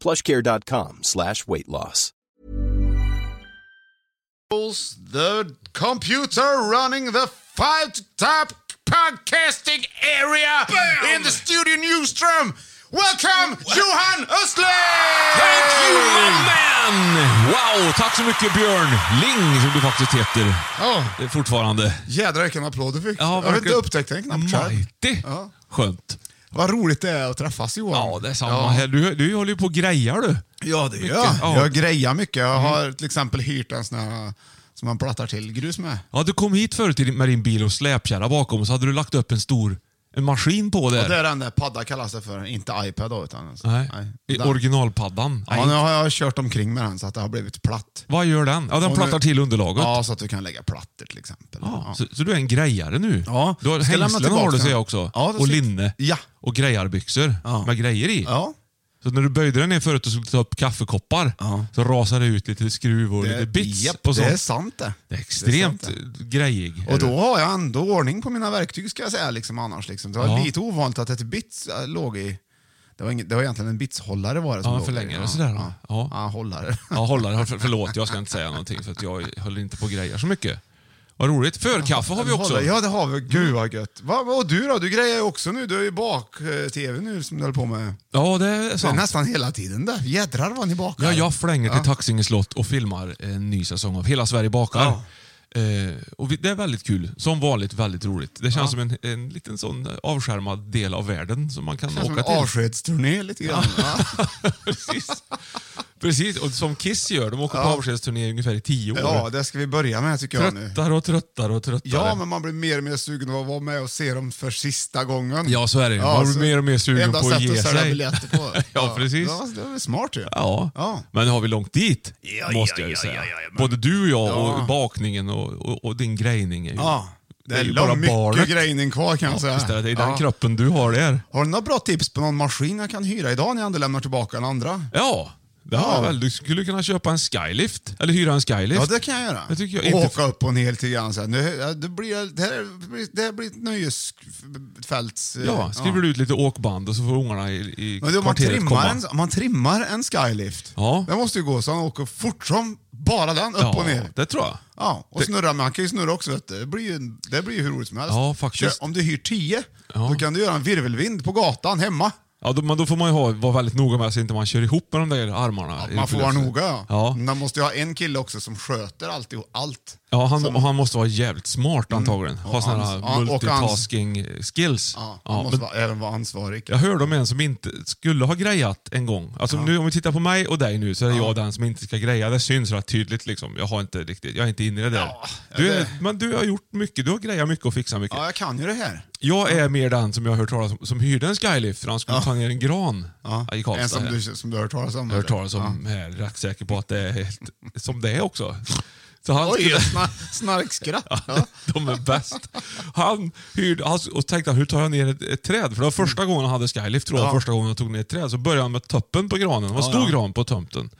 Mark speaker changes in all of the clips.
Speaker 1: plushcare.com slash weight loss.
Speaker 2: controls the computer running the five to top podcasting area in the studio newsroom. Welcome, Johan Östling!
Speaker 3: Thank you my man! Wow, tack så mycket Björn Ling som du faktiskt heter
Speaker 2: Ja,
Speaker 3: eh, fortfarande.
Speaker 2: jädrar vilken applåd du fick.
Speaker 3: Ja,
Speaker 2: jag vet
Speaker 3: verkligen.
Speaker 2: inte, upptäckte den knappt själv.
Speaker 3: Mighty.
Speaker 2: Ja.
Speaker 3: Skönt.
Speaker 2: Vad roligt det är att träffas Johan.
Speaker 3: Ja, det är samma
Speaker 2: Ja.
Speaker 3: här. Du, du håller ju på och grejar du.
Speaker 2: Ja, det gör jag.
Speaker 3: Mycket. Ja. Mm.
Speaker 2: Jag grejar mycket. Jag har till exempel hyrt en sån här som man plattar till grus med.
Speaker 3: Ja, du kom hit förut i din- med din bil och släpkärra bakom och så hade du lagt upp en stor en maskin på där.
Speaker 2: Och det är den där padda kallas det för. Inte iPad då, utan... alltså,
Speaker 3: Nej. I
Speaker 2: Den-
Speaker 3: originalpaddan.
Speaker 2: Ja, nu har jag kört omkring med den så att det har blivit platt.
Speaker 3: Vad gör den? Ja, den
Speaker 2: Och nu-
Speaker 3: plattar till underlaget.
Speaker 2: Ja, så att du kan lägga plattor till exempel.
Speaker 3: Ja,
Speaker 2: Ja.
Speaker 3: Så, så du är en grejare nu?
Speaker 2: Ja.
Speaker 3: Du har
Speaker 2: Ska jag lämna
Speaker 3: hängslen
Speaker 2: tillbaka
Speaker 3: har du
Speaker 2: den?
Speaker 3: ser jag också.
Speaker 2: Ja, det
Speaker 3: och
Speaker 2: ser-
Speaker 3: linne.
Speaker 2: Ja.
Speaker 3: Och grejarbyxor
Speaker 2: Ja.
Speaker 3: med grejer i.
Speaker 2: Ja.
Speaker 3: Så när du böjde den ner förut och skulle ta upp kaffekoppar
Speaker 2: Ja.
Speaker 3: så rasade det ut lite skruv och lite bits
Speaker 2: japp,
Speaker 3: och
Speaker 2: det är
Speaker 3: sånt.
Speaker 2: sant det.
Speaker 3: Det är
Speaker 2: Det
Speaker 3: extremt
Speaker 2: är sant
Speaker 3: grejig.
Speaker 2: Och då har jag ändå ordning på mina verktyg ska jag säga liksom, annars. Liksom. Det var
Speaker 3: Ja.
Speaker 2: lite ovanligt att ett bits äh, låg i... Det var, inget, det var egentligen en bitshållare var det som
Speaker 3: Ja,
Speaker 2: låg
Speaker 3: förlängare
Speaker 2: där.
Speaker 3: och sådär, va?
Speaker 2: Ja.
Speaker 3: Ja.
Speaker 2: ja, hållare.
Speaker 3: Ja, hållare. För, förlåt, jag ska inte säga någonting för att jag höll inte på och grejar så mycket. Vad roligt. Förkaffe har vi också. Mm.
Speaker 2: Hållare. Ja, det har vi. Gud vad gött. Va, va, och du då? Du grejer ju också nu. Du är ju bak-tv nu som du håller på med.
Speaker 3: Ja, det är
Speaker 2: Det är
Speaker 3: sant.
Speaker 2: nästan hela tiden där. Jädrar vad ni bakar.
Speaker 3: Ja, jag flänger till Taxinge slott och filmar en ny säsong av Hela Sverige bakar. Eh, och vi, det är väldigt kul. Som vanligt väldigt roligt. Det känns som en, en liten sån eh, avskärmad del av världen som man kan
Speaker 2: Känns som
Speaker 3: åka
Speaker 2: en
Speaker 3: till.
Speaker 2: avskedsturné lite grann. Ja.
Speaker 3: Precis. Precis, och som Kiss gör. De åker på
Speaker 2: Ja.
Speaker 3: avskedsturné i ungefär i tio år.
Speaker 2: Ja, det ska vi börja med tycker jag nu.
Speaker 3: tröttare och tröttare och tröttare.
Speaker 2: Ja, men man blir mer och mer sugen på att vara med och se dem för sista gången.
Speaker 3: Ja, så är det ju. Man blir
Speaker 2: så-
Speaker 3: mer och mer sugen
Speaker 2: enda
Speaker 3: på att
Speaker 2: sättet
Speaker 3: ge
Speaker 2: sälja
Speaker 3: sig.
Speaker 2: biljetter på.
Speaker 3: Ja, precis.
Speaker 2: Ja, det är väl smart ju.
Speaker 3: Ja.
Speaker 2: Ja.
Speaker 3: men har vi långt dit,
Speaker 2: Ja,
Speaker 3: måste
Speaker 2: ja,
Speaker 3: jag ju
Speaker 2: ja,
Speaker 3: säga.
Speaker 2: ja, ja, men-
Speaker 3: Både du och jag
Speaker 2: Ja.
Speaker 3: och bakningen och, och, och din grejning är ju...
Speaker 2: Ja, det är,
Speaker 3: ju
Speaker 2: lång, mycket
Speaker 3: barnet.
Speaker 2: grejning kvar kan jag säga.
Speaker 3: Visst är det, det är den
Speaker 2: Ja.
Speaker 3: kroppen du har där.
Speaker 2: Har du några bra tips på någon maskin jag kan hyra idag när jag ändå lämnar tillbaka den andra?
Speaker 3: Ja, det har jag väl. Du skulle kunna köpa en skylift, eller hyra en skylift.
Speaker 2: Ja, det kan jag göra.
Speaker 3: Det tycker jag
Speaker 2: och
Speaker 3: inte-
Speaker 2: åka upp och ner lite grann. Så här. Nu, ja, det, blir, det, här blir, det här blir ett nöjesfälts... eh,
Speaker 3: Ja, skriver du ut lite åkband och så får ungarna i, i
Speaker 2: Men du, om man,
Speaker 3: kvarteret
Speaker 2: trimmar
Speaker 3: komma.
Speaker 2: en, om man trimmar en skylift,
Speaker 3: Ja.
Speaker 2: den måste ju gå så han åker fort som bara den, upp
Speaker 3: ja,
Speaker 2: och ner.
Speaker 3: det tror jag.
Speaker 2: Ja, och snurra, men han kan ju snurra också. Vet du. Det, blir ju, det blir ju hur roligt som helst.
Speaker 3: Ja, faktiskt.
Speaker 2: Kör, om du hyr 10,
Speaker 3: Ja.
Speaker 2: då kan du göra en virvelvind på gatan hemma.
Speaker 3: Ja, då, men då får man ju ha, vara väldigt noga med så inte man kör ihop med de där armarna. i
Speaker 2: Man får vara
Speaker 3: pilotfältet.
Speaker 2: noga. Mm. Ja.
Speaker 3: Ja.
Speaker 2: Men man måste ju ha en kille också som sköter allt. allt.
Speaker 3: Ja, han, och han måste vara jävligt smart antagligen. Ha
Speaker 2: Och
Speaker 3: sådana
Speaker 2: ans-
Speaker 3: här
Speaker 2: Mm. ja, och ans-
Speaker 3: multitasking skills.
Speaker 2: Ja, han
Speaker 3: Ja,
Speaker 2: måste
Speaker 3: men
Speaker 2: vara, även vara ansvarig.
Speaker 3: jag hörde om en som inte skulle ha grejat en gång. Alltså nu, om vi tittar på mig och dig nu så är det jag den som inte ska greja. Det syns rätt tydligt liksom. Jag, har inte riktigt, jag är inte inne i det där.
Speaker 2: Ja,
Speaker 3: du
Speaker 2: det-
Speaker 3: är, Men du har gjort mycket. Du har grejat mycket och fixat mycket.
Speaker 2: Ja, jag kan ju det här.
Speaker 3: Jag är mer den som jag har hört talas om, som hyrde en skylift för han skulle ta ner en gran
Speaker 2: Ja.
Speaker 3: i
Speaker 2: en
Speaker 3: Karlstad.
Speaker 2: som
Speaker 3: här.
Speaker 2: du, som du har hört talas om.
Speaker 3: Jag har hört eh,
Speaker 2: eller?
Speaker 3: talas om här, rätt säker på att det är helt som det är också. Så han
Speaker 2: Oj,
Speaker 3: skulle-
Speaker 2: sna- snarkskratt. Ja.
Speaker 3: De är bäst. Han hyrde, han, och tänkte han, hur tar jag ner ett, ett träd? För det var första gången han hade skylift, tror jag.
Speaker 2: Mm. Ja.
Speaker 3: Första gången han tog ner ett träd. Så började han med toppen på granen. Det var en stor gran på tomten.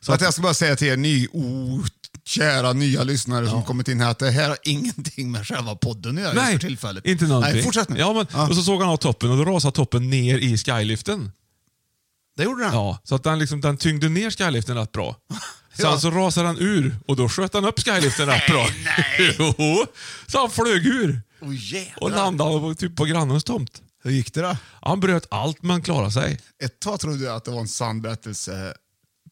Speaker 2: Så att jag ska bara säga till er ny, oh, kära nya lyssnare som kommit in här att det här har ingenting med själva podden att göra
Speaker 3: Nej,
Speaker 2: för tillfället.
Speaker 3: inte någonting.
Speaker 2: Nej, fortsätt nu.
Speaker 3: Ja, men,
Speaker 2: Ja.
Speaker 3: Och så såg han av toppen och då rasade toppen ner i skyliften.
Speaker 2: Det gjorde den.
Speaker 3: Ja, så att den, liksom, den tyngde ner skyliften rätt bra. Sen
Speaker 2: Ja.
Speaker 3: så rasade den ur och då sköt han upp skyliften rätt bra.
Speaker 2: Nej,
Speaker 3: Jo, så han flög ur
Speaker 2: Åh, jävlar.
Speaker 3: och landade på, typ på grannens tomt.
Speaker 2: Hur gick det då?
Speaker 3: Han bröt allt men klarade sig.
Speaker 2: Ett tag trodde jag att det var en sann berättelse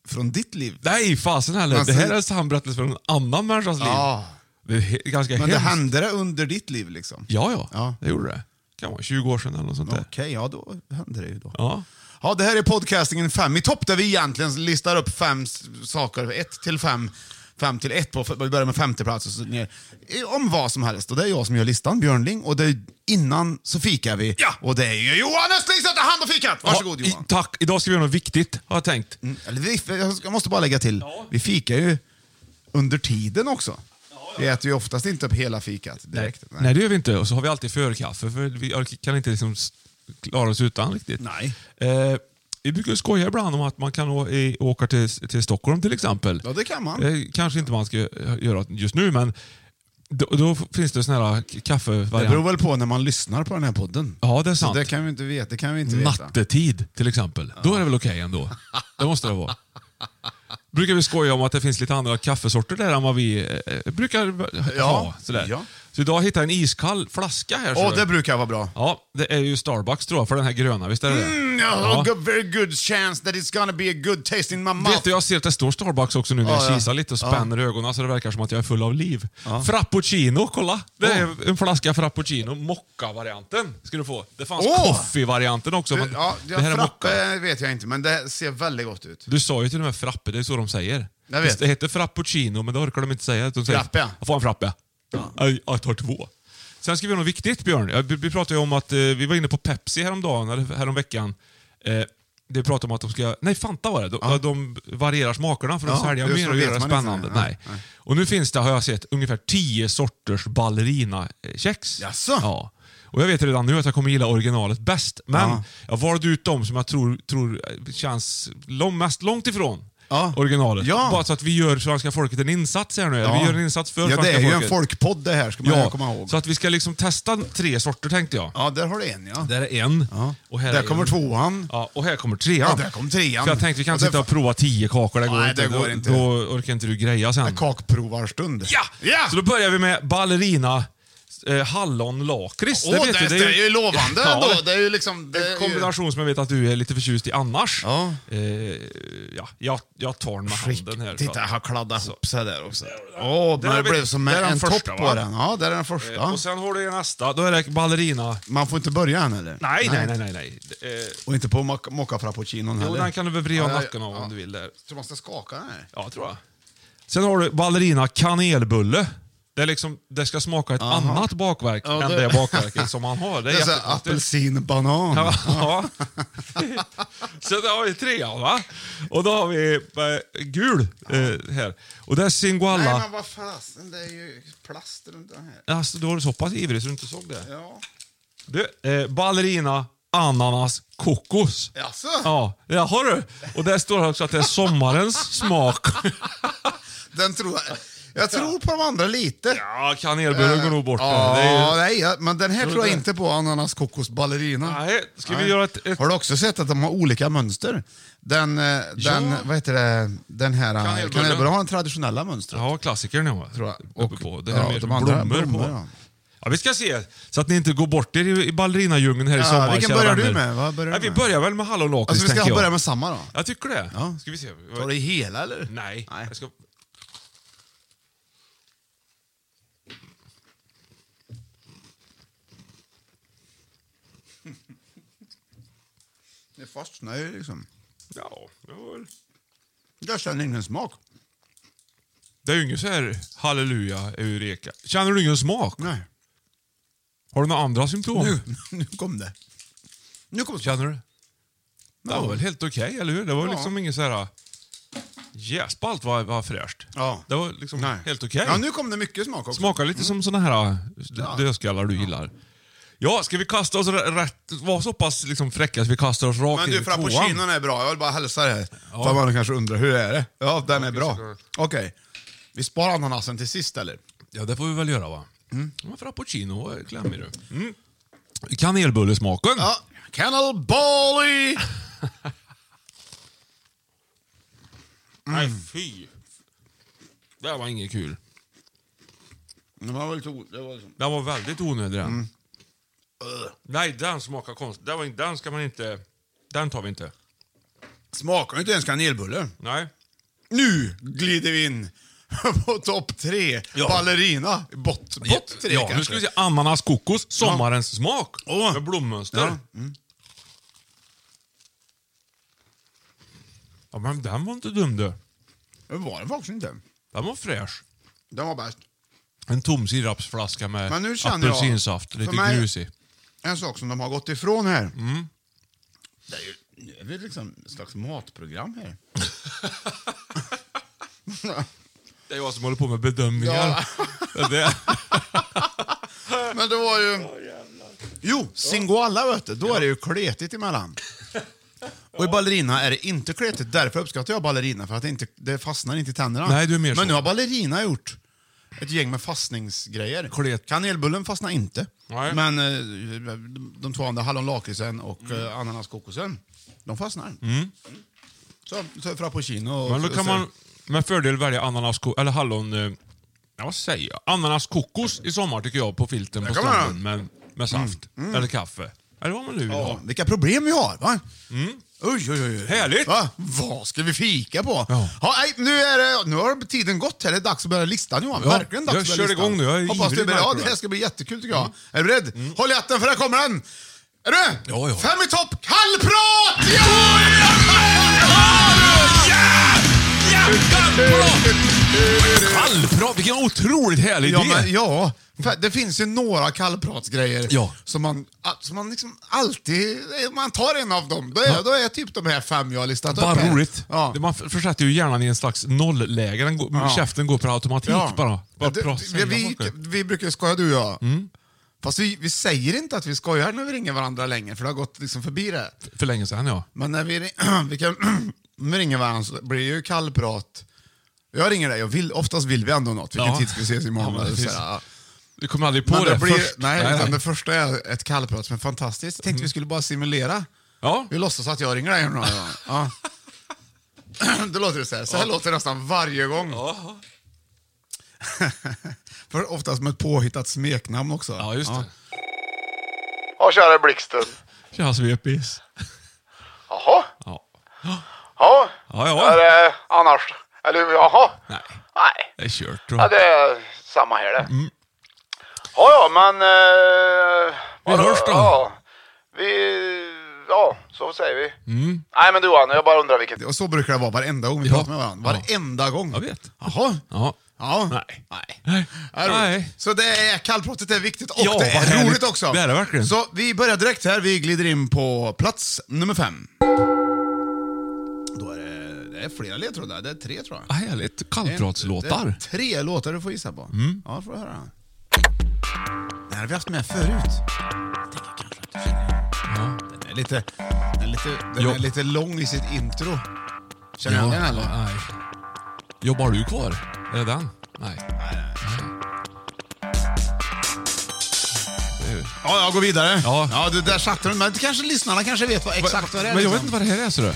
Speaker 2: från ditt liv.
Speaker 3: Nej, fasen heller.
Speaker 2: Men
Speaker 3: det här
Speaker 2: sen-
Speaker 3: är en sann berättelse från en annan människas
Speaker 2: Ja.
Speaker 3: liv. Det är he- ganska
Speaker 2: Men det
Speaker 3: hemskt.
Speaker 2: hände det under ditt liv liksom?
Speaker 3: Ja, ja,
Speaker 2: Ja.
Speaker 3: Det gjorde det. Kan vara 20 år sedan eller något sånt där.
Speaker 2: Okej, ja då hände det ju då.
Speaker 3: Ja.
Speaker 2: Ja, det här är podcastingen fem i topp där vi egentligen listar upp fem s- saker, ett till fem, fem till ett, på, vi börjar med femte plats och så ner, Eh, om vad som helst. Och det är jag som gör listan, Björn Ling, och det är, innan så fikar vi.
Speaker 3: Ja.
Speaker 2: Och det är ju Johan Östling som tar hand om fikat! Varsågod
Speaker 3: Ja,
Speaker 2: Johan.
Speaker 3: I, tack. Idag ska vi göra något viktigt, har jag tänkt.
Speaker 2: Mm, Eller vi, jag ska- måste bara lägga till, vi fikar ju under tiden också. Vi äter ju oftast inte upp hela fikat direkt.
Speaker 3: Nej. det gör vi inte. Och så har vi alltid förkaffe, för vi ork- kan inte liksom s- klara oss utan riktigt.
Speaker 2: Nej.
Speaker 3: Eh, vi brukar ju skoja ibland om att man kan å- i- åka till, till Stockholm till exempel.
Speaker 2: Ja, det kan man.
Speaker 3: Eh, kanske inte man ska gö- göra just nu, men då, då finns det såna här k-
Speaker 2: Det beror
Speaker 3: kaffevarianter.
Speaker 2: väl på när man lyssnar på den här podden.
Speaker 3: Ja, det är
Speaker 2: Så
Speaker 3: sant.
Speaker 2: det kan vi inte veta. Det kan vi inte veta.
Speaker 3: Nattetid till exempel. Då är det väl okej ändå? Det måste det vara. Brukar vi skoja om att det finns lite andra kaffesorter där än vad vi eh, brukar ja. ha. Sådär.
Speaker 2: ja.
Speaker 3: Så idag hittade jag en iskall flaska här.
Speaker 2: Åh,
Speaker 3: ser du.
Speaker 2: det brukar vara bra.
Speaker 3: Ja, det är ju Starbucks tror jag, för den här gröna. Visst är det
Speaker 2: Mm,
Speaker 3: det?
Speaker 2: ja. a good- very good chance that it's gonna be a good taste in my mouth.
Speaker 3: Vet du, jag ser att det står Starbucks också nu när jag
Speaker 2: Ja, ja.
Speaker 3: kisar lite och spänner ögonen så det verkar som att jag är full av liv. Frappuccino, kolla! Det är en flaska frappuccino, mocka-varianten ska du få. Det fanns
Speaker 2: Åh!
Speaker 3: coffee-varianten också. Men
Speaker 2: ja,
Speaker 3: det här är mocka.
Speaker 2: frappe vet jag inte, men det ser väldigt gott ut.
Speaker 3: Du sa ju till och med frappe, det är så de säger.
Speaker 2: Jag vet.
Speaker 3: Det heter frappuccino, men det orkar de inte säga. De säger,
Speaker 2: Frappe, ja.
Speaker 3: Jag får en frappe. Ja. Jag, jag tar två. Sen ska vi göra något viktigt, Björn. Ja, Vi, vi pratade ju om att eh, vi var inne på Pepsi häromdagen, eller häromveckan. Eh, det pratade om att de ska... Nej, Fanta var det. De, de varierar smakerna för att
Speaker 2: Ja,
Speaker 3: sälja
Speaker 2: just
Speaker 3: mer
Speaker 2: det,
Speaker 3: och
Speaker 2: vet
Speaker 3: göra det
Speaker 2: man inte.
Speaker 3: spännande.
Speaker 2: Nej,
Speaker 3: Nej. Och nu finns det, har jag sett, ungefär tio sorters ballerina-kex.
Speaker 2: Jaså?
Speaker 3: Ja. Och jag vet redan nu att jag kommer gilla originalet bäst, men
Speaker 2: Ja.
Speaker 3: jag valde ut de som jag tror, tror känns lång, mest långt ifrån
Speaker 2: Ja.
Speaker 3: originalet.
Speaker 2: Ja.
Speaker 3: Bara så att vi gör svenska folket en insats här nu. eller Vi gör en insats för
Speaker 2: Ja,
Speaker 3: svenska
Speaker 2: det är ju
Speaker 3: folket.
Speaker 2: en folkpodd det här, ska man
Speaker 3: Ja,
Speaker 2: komma ihåg.
Speaker 3: Så att vi ska liksom testa tre sorter tänkte jag.
Speaker 2: Ja, där har du en ja.
Speaker 3: Där är en.
Speaker 2: Ja.
Speaker 3: Och här
Speaker 2: Där
Speaker 3: är en.
Speaker 2: kommer tvåan.
Speaker 3: Ja, och här kommer trean.
Speaker 2: Ja, där kom trean.
Speaker 3: För jag tänkte vi kan
Speaker 2: Och
Speaker 3: inte
Speaker 2: där
Speaker 3: sitta och prova tio kakor, det går,
Speaker 2: Nej,
Speaker 3: inte.
Speaker 2: det går
Speaker 3: då,
Speaker 2: inte.
Speaker 3: Då orkar inte du greja sen.
Speaker 2: Kakprovarstund.
Speaker 3: Ja!
Speaker 2: ja!
Speaker 3: Så då börjar vi med ballerina eh, hallonlakrits.
Speaker 2: Åh, det,
Speaker 3: du,
Speaker 2: det är ju lovande
Speaker 3: Ja,
Speaker 2: ändå.
Speaker 3: det-
Speaker 2: Det är ju liksom... Det
Speaker 3: En
Speaker 2: är ju...
Speaker 3: kombination som jag vet att du är lite förtjust i annars.
Speaker 2: Ja.
Speaker 3: Eh, ja, jag, jag tar den med handen här.
Speaker 2: Titta, jag har kladdat ihop sig där också. Åh,
Speaker 3: Där
Speaker 2: men
Speaker 3: har
Speaker 2: det
Speaker 3: vi-
Speaker 2: blev som
Speaker 3: där är den
Speaker 2: en topp
Speaker 3: första,
Speaker 2: på
Speaker 3: va?
Speaker 2: den. Ja, där är den första.
Speaker 3: Och sen har du i nästa, då är det ballerina...
Speaker 2: Man får inte börja än eller?
Speaker 3: Nej, nej, nej, nej. nej. Eh,
Speaker 2: Och inte på mock- mockafrappuccinon
Speaker 3: jo,
Speaker 2: heller.
Speaker 3: den kan du väl vrida
Speaker 2: Ja, ja,
Speaker 3: nacken av
Speaker 2: ja.
Speaker 3: om du vill där.
Speaker 2: tror man ska skaka den här.
Speaker 3: Ja, tror jag. Sen har du ballerina kanelbulle. Det, är liksom, det ska smaka ett annat bakverk
Speaker 2: Ja,
Speaker 3: än
Speaker 2: det-
Speaker 3: det bakverket som man har. Det är,
Speaker 2: Det är såhär
Speaker 3: jättekonstigt.
Speaker 2: apelsinbanan.
Speaker 3: Ja. ja. Så då har vi trean va? Och då har vi eh, gul eh, här. Och där är
Speaker 2: Nej
Speaker 3: Singoalla.
Speaker 2: men vad fasen, det är ju plast runt den här.
Speaker 3: Alltså, då var du så pass ivrig så du inte såg det.
Speaker 2: Ja.
Speaker 3: Du, eh, ballerina, ananas, kokos.
Speaker 2: Jaså?
Speaker 3: Ja, det har du. Och där står det också att det är sommarens smak.
Speaker 2: Den tror jag... Jag tror på de andra lite.
Speaker 3: Ja, kanelbullen går nog bort.
Speaker 2: Ja,
Speaker 3: Det är ju-
Speaker 2: nej, ja, men den här tror jag
Speaker 3: det-
Speaker 2: inte på, ananas kokos ballerina.
Speaker 3: Nej, ska vi göra ett... ett
Speaker 2: Har du också sett att de har olika mönster? Den, eh, den vad heter det, den här eh,
Speaker 3: Kanelbullen.
Speaker 2: kanelbullen har den traditionella mönstret.
Speaker 3: ja, klassikern ja, tror jag.
Speaker 2: Och-
Speaker 3: Uppe på. Det här
Speaker 2: ja,
Speaker 3: är mer
Speaker 2: de
Speaker 3: som
Speaker 2: andra-
Speaker 3: blommor,
Speaker 2: blommor,
Speaker 3: på.
Speaker 2: ja. Alltså,
Speaker 3: Ja. vi ska se. Så att ni inte går bort er i, i ballerinadjungeln här i
Speaker 2: Ja,
Speaker 3: sommar,
Speaker 2: vilken
Speaker 3: kära
Speaker 2: börjar du
Speaker 3: vänner.
Speaker 2: med? Vad börjar du
Speaker 3: Nej,
Speaker 2: med?
Speaker 3: Vi börjar väl med hallonlakrits,
Speaker 2: Alltså vi ska
Speaker 3: tänker jag.
Speaker 2: börja med samma då?
Speaker 3: Jag tycker det.
Speaker 2: Ja.
Speaker 3: Ska vi se.
Speaker 2: Tar du hela eller?
Speaker 3: Nej.
Speaker 2: Nej.
Speaker 3: Jag ska...
Speaker 2: Det fastnar ju liksom.
Speaker 3: Ja, det var väl-
Speaker 2: Jag känner ingen smak.
Speaker 3: det är ju ingen så här halleluja, eureka. Känner du ingen smak?
Speaker 2: Nej.
Speaker 3: Har du några andra symptom?
Speaker 2: Nu, nu kom det. Nu kom det.
Speaker 3: Känner du? Det var väl helt okej, eller hur? Det var
Speaker 2: Ja.
Speaker 3: liksom ingen så här... Jäsp allt var, var fräscht.
Speaker 2: Ja.
Speaker 3: Det var liksom
Speaker 2: Nej.
Speaker 3: helt okej.
Speaker 2: Ja, nu Mm. kom det mycket smak också.
Speaker 3: Smakar lite som såna här ja. dödskallar du gillar. Ja, ska vi kasta oss r- rätt, var så pass liksom fräcka att vi kastar oss rakt
Speaker 2: Men
Speaker 3: in i
Speaker 2: du,
Speaker 3: tvåan?
Speaker 2: frappuccinon är bra. Jag vill bara hälsa dig. För man kanske undrar, hur är det? Ja, den är bra.
Speaker 3: såklart.
Speaker 2: Okej. Vi sparar ananasen till sist, eller?
Speaker 3: Ja, det får vi väl göra va? Mm. Ja, frappuccino var klämmig du. Mm. Kanelbullesmaken.
Speaker 2: Ja. Kennel Bally!
Speaker 3: Nej, fy. Det här var inget kul.
Speaker 2: Det var lite o- det var liksom...
Speaker 3: Den var väldigt onödig den.
Speaker 2: Mm.
Speaker 3: Nej, den smakar konstigt. Den, var inte- den ska man inte... Den tar vi inte.
Speaker 2: Smakar ju inte ens kanelbulle.
Speaker 3: Nej.
Speaker 2: Nu glider vi in på topp tre.
Speaker 3: Ja.
Speaker 2: Ballerina. Bott, bott tre
Speaker 3: ja, nu
Speaker 2: kanske.
Speaker 3: ska vi se. Ananas kokos, sommarens smak.
Speaker 2: Åh.
Speaker 3: Med blommönster. Ja.
Speaker 2: Ja. Mm.
Speaker 3: men den var inte dum du.
Speaker 2: Det var den faktiskt inte.
Speaker 3: Den var fräsch.
Speaker 2: Den var bäst.
Speaker 3: En tom sirapsflaska med
Speaker 2: Men nu känner jag-
Speaker 3: apelsinsaft. Lite
Speaker 2: för mig-
Speaker 3: grusig.
Speaker 2: En sak som de har gått ifrån här.
Speaker 3: Mm.
Speaker 2: Det är ju nu är vi liksom ett slags matprogram här.
Speaker 3: Det är jag som håller på med bedömningar. Ja. Det,
Speaker 2: Men det var ju... Jo, Singoalla vet du, då är det ju kletigt emellan. Och i ballerina är det inte kletigt, därför uppskattar jag ballerina, för att det, inte, det fastnar inte i tänderna.
Speaker 3: Nej, du är mer
Speaker 2: Men
Speaker 3: så.
Speaker 2: nu har ballerina gjort ett gäng med fastningsgrejer.
Speaker 3: Klet.
Speaker 2: Kanelbullen fastnar inte,
Speaker 3: Nej.
Speaker 2: men eh, de- de två andra, hallonlakritsen och mm. ananaskokosen, de fastnar. Så, så frappuccino och...
Speaker 3: Mm. men då
Speaker 2: så-
Speaker 3: kan man med fördel välja ananas, ko- eller hallon... Eh, ja, vad säger jag? Ananas kokos i sommar tycker jag på filten på
Speaker 2: kan man Mm.
Speaker 3: stranden med, med saft. Eller kaffe. Eller vad man nu vill
Speaker 2: Ja,
Speaker 3: ha.
Speaker 2: vilka problem vi har, va? Oj, oj, oj.
Speaker 3: Mm. Härligt.
Speaker 2: Va? Vad ska vi fika på?
Speaker 3: Ja.
Speaker 2: nej, nu, är det, nu har tiden gått här. Det är dags att börja listan Johan.
Speaker 3: Ja,
Speaker 2: Verkligen dags
Speaker 3: jag
Speaker 2: att
Speaker 3: kör
Speaker 2: börja listan.
Speaker 3: igång nu. Jag är
Speaker 2: Hoppas det,
Speaker 3: ivrig
Speaker 2: blir, ja,
Speaker 3: märker
Speaker 2: det
Speaker 3: du.
Speaker 2: här ska bli jättekul tycker jag. Är du beredd? Håll i hatten för här kommer den! Är du med?
Speaker 3: Ja, ja.
Speaker 2: Fem i topp, kallprat! Ja!
Speaker 3: Kallprat! Vilken otroligt härlig
Speaker 2: Ja,
Speaker 3: idé!
Speaker 2: men, ja. För det finns ju några kallpratsgrejer
Speaker 3: Ja.
Speaker 2: som man, som man liksom alltid... eh, Man tar en av dem. Då är, då är typ de här fem jag har listat
Speaker 3: Bara
Speaker 2: upp här.
Speaker 3: roligt.
Speaker 2: Ja.
Speaker 3: Det- Man f- försätter ju hjärnan i en slags nollläge. Den går, Käften går per automatik typ bara. bara
Speaker 2: Det-
Speaker 3: prata,
Speaker 2: vi,
Speaker 3: säga
Speaker 2: vi,
Speaker 3: saker.
Speaker 2: vi brukar skoja du och jag.
Speaker 3: Mm.
Speaker 2: Fast vi, vi säger inte att vi skojar när vi ringer varandra längre, för det har gått liksom förbi det.
Speaker 3: För länge sedan ja.
Speaker 2: Men när vi, ri- vi, kan, när vi ringer varandra så blir det ju kallprat. Jag ringer dig, jag vill, oftast vill vi ändå något. Vilken
Speaker 3: Ja.
Speaker 2: tid ska vi ses imorgon?
Speaker 3: Ja, men
Speaker 2: eller
Speaker 3: precis.
Speaker 2: så här, ja.
Speaker 3: Du kommer aldrig på
Speaker 2: Men
Speaker 3: det,
Speaker 2: det blir,
Speaker 3: först.
Speaker 2: nej, utan det första är ett kallprat som är fantastiskt. Jag tänkte vi skulle bara simulera.
Speaker 3: Ja.
Speaker 2: Vi låtsas att jag ringer dig några gånger. Ja. Då låter det så här. Så här låter det nästan varje gång.
Speaker 3: Ja.
Speaker 2: För oftast med ett påhittat smeknamn också.
Speaker 3: ja, just det.
Speaker 2: Ja, kära Blixten.
Speaker 3: Tja svepis.
Speaker 2: Jaha.
Speaker 3: Ja.
Speaker 2: Ja.
Speaker 3: Ja, ja.
Speaker 2: Är det annars? Eller jaha?
Speaker 3: Nej,
Speaker 2: Nej.
Speaker 3: det är kört. tror
Speaker 2: Ja,
Speaker 3: jag.
Speaker 2: det är samma här det.
Speaker 3: Mm.
Speaker 2: Ja, ja, men... Eh, vadå?
Speaker 3: hörs då.
Speaker 2: Ja, vi... Ja, så säger vi. Nej, men du Johan, jag bara undrar vilket... Och så brukar det vara varenda gång vi
Speaker 3: Mm. Ja.
Speaker 2: pratar med varandra. Varenda gång.
Speaker 3: Jag vet.
Speaker 2: Jaha.
Speaker 3: Ja.
Speaker 2: Ja.
Speaker 3: Nej.
Speaker 2: Nej.
Speaker 3: Nej.
Speaker 2: Ja, det är roligt. Så det är, kallpratet är viktigt och
Speaker 3: Ja,
Speaker 2: det
Speaker 3: vad
Speaker 2: är
Speaker 3: härligt.
Speaker 2: roligt också.
Speaker 3: Det är det verkligen.
Speaker 2: Så vi börjar direkt här. Vi glider in på plats nummer fem. Då är det, det är flera ledtrådar. Det är tre tror
Speaker 3: Ja,
Speaker 2: jag.
Speaker 3: Härligt.
Speaker 2: Det är
Speaker 3: Kallpratslåtar.
Speaker 2: tre låtar du får gissa på.
Speaker 3: Mm.
Speaker 2: Ja, får du höra. Den här har vi haft med förut. Jag tänker kanske att du känner den. Den är lite, den är lite, den
Speaker 3: Jo.
Speaker 2: är lite lång i sitt intro. Känner du igen den eller?
Speaker 3: nej. Jobbar du kvar? Är det den? Nej. Det är ju-
Speaker 2: Ja, jag går vidare.
Speaker 3: Ja.
Speaker 2: du, där satte du Men det kanske lyssnarna kanske vet vad, exakt vad det är.
Speaker 3: Men jag
Speaker 2: liksom.
Speaker 3: vet inte vad det här är. Så det.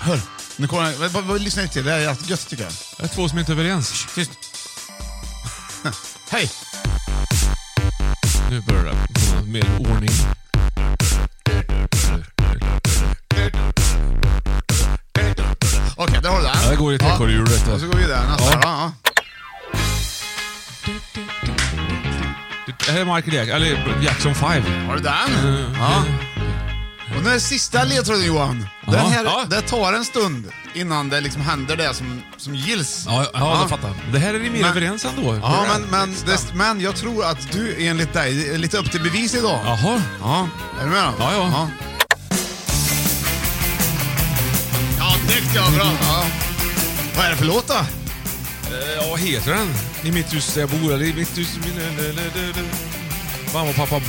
Speaker 2: Hör, nu kommer jag, vad, vad, vad lyssnar ni till? Det här är jätte- gött tycker jag.
Speaker 3: det är två som inte är överens.
Speaker 2: Tyst. Hej!
Speaker 3: Nu börjar det komma mer ordning.
Speaker 2: Okej, där har du den.
Speaker 3: Ja, det går i tekorrhjul, vet du.
Speaker 2: Och så går vi vidare nästa.
Speaker 3: Ja.
Speaker 2: Ja. Ja.
Speaker 3: Det här är Michael Jackson, eller Jackson 5.
Speaker 2: Har du den? Ja. Och nu är sista ledtråden Johan. Den här,
Speaker 3: Ja.
Speaker 2: Det tar en stund innan det liksom händer det som, som gills.
Speaker 3: Ja, ja, jag fattar. Det här är ni mer
Speaker 2: Men-
Speaker 3: överens ändå.
Speaker 2: Ja, men, men, det, men jag tror att du enligt dig är lite upp till bevis idag.
Speaker 3: Jaha.
Speaker 2: Ja, är du med då?
Speaker 3: Ja, ja.
Speaker 2: Ja, ja det tyckte jag var bra. Ja. Vad är det för låt då?
Speaker 3: Eh, Ja, vad heter den? I mitt hus där jag bor, eller i mitt hus... Mamma och pappa...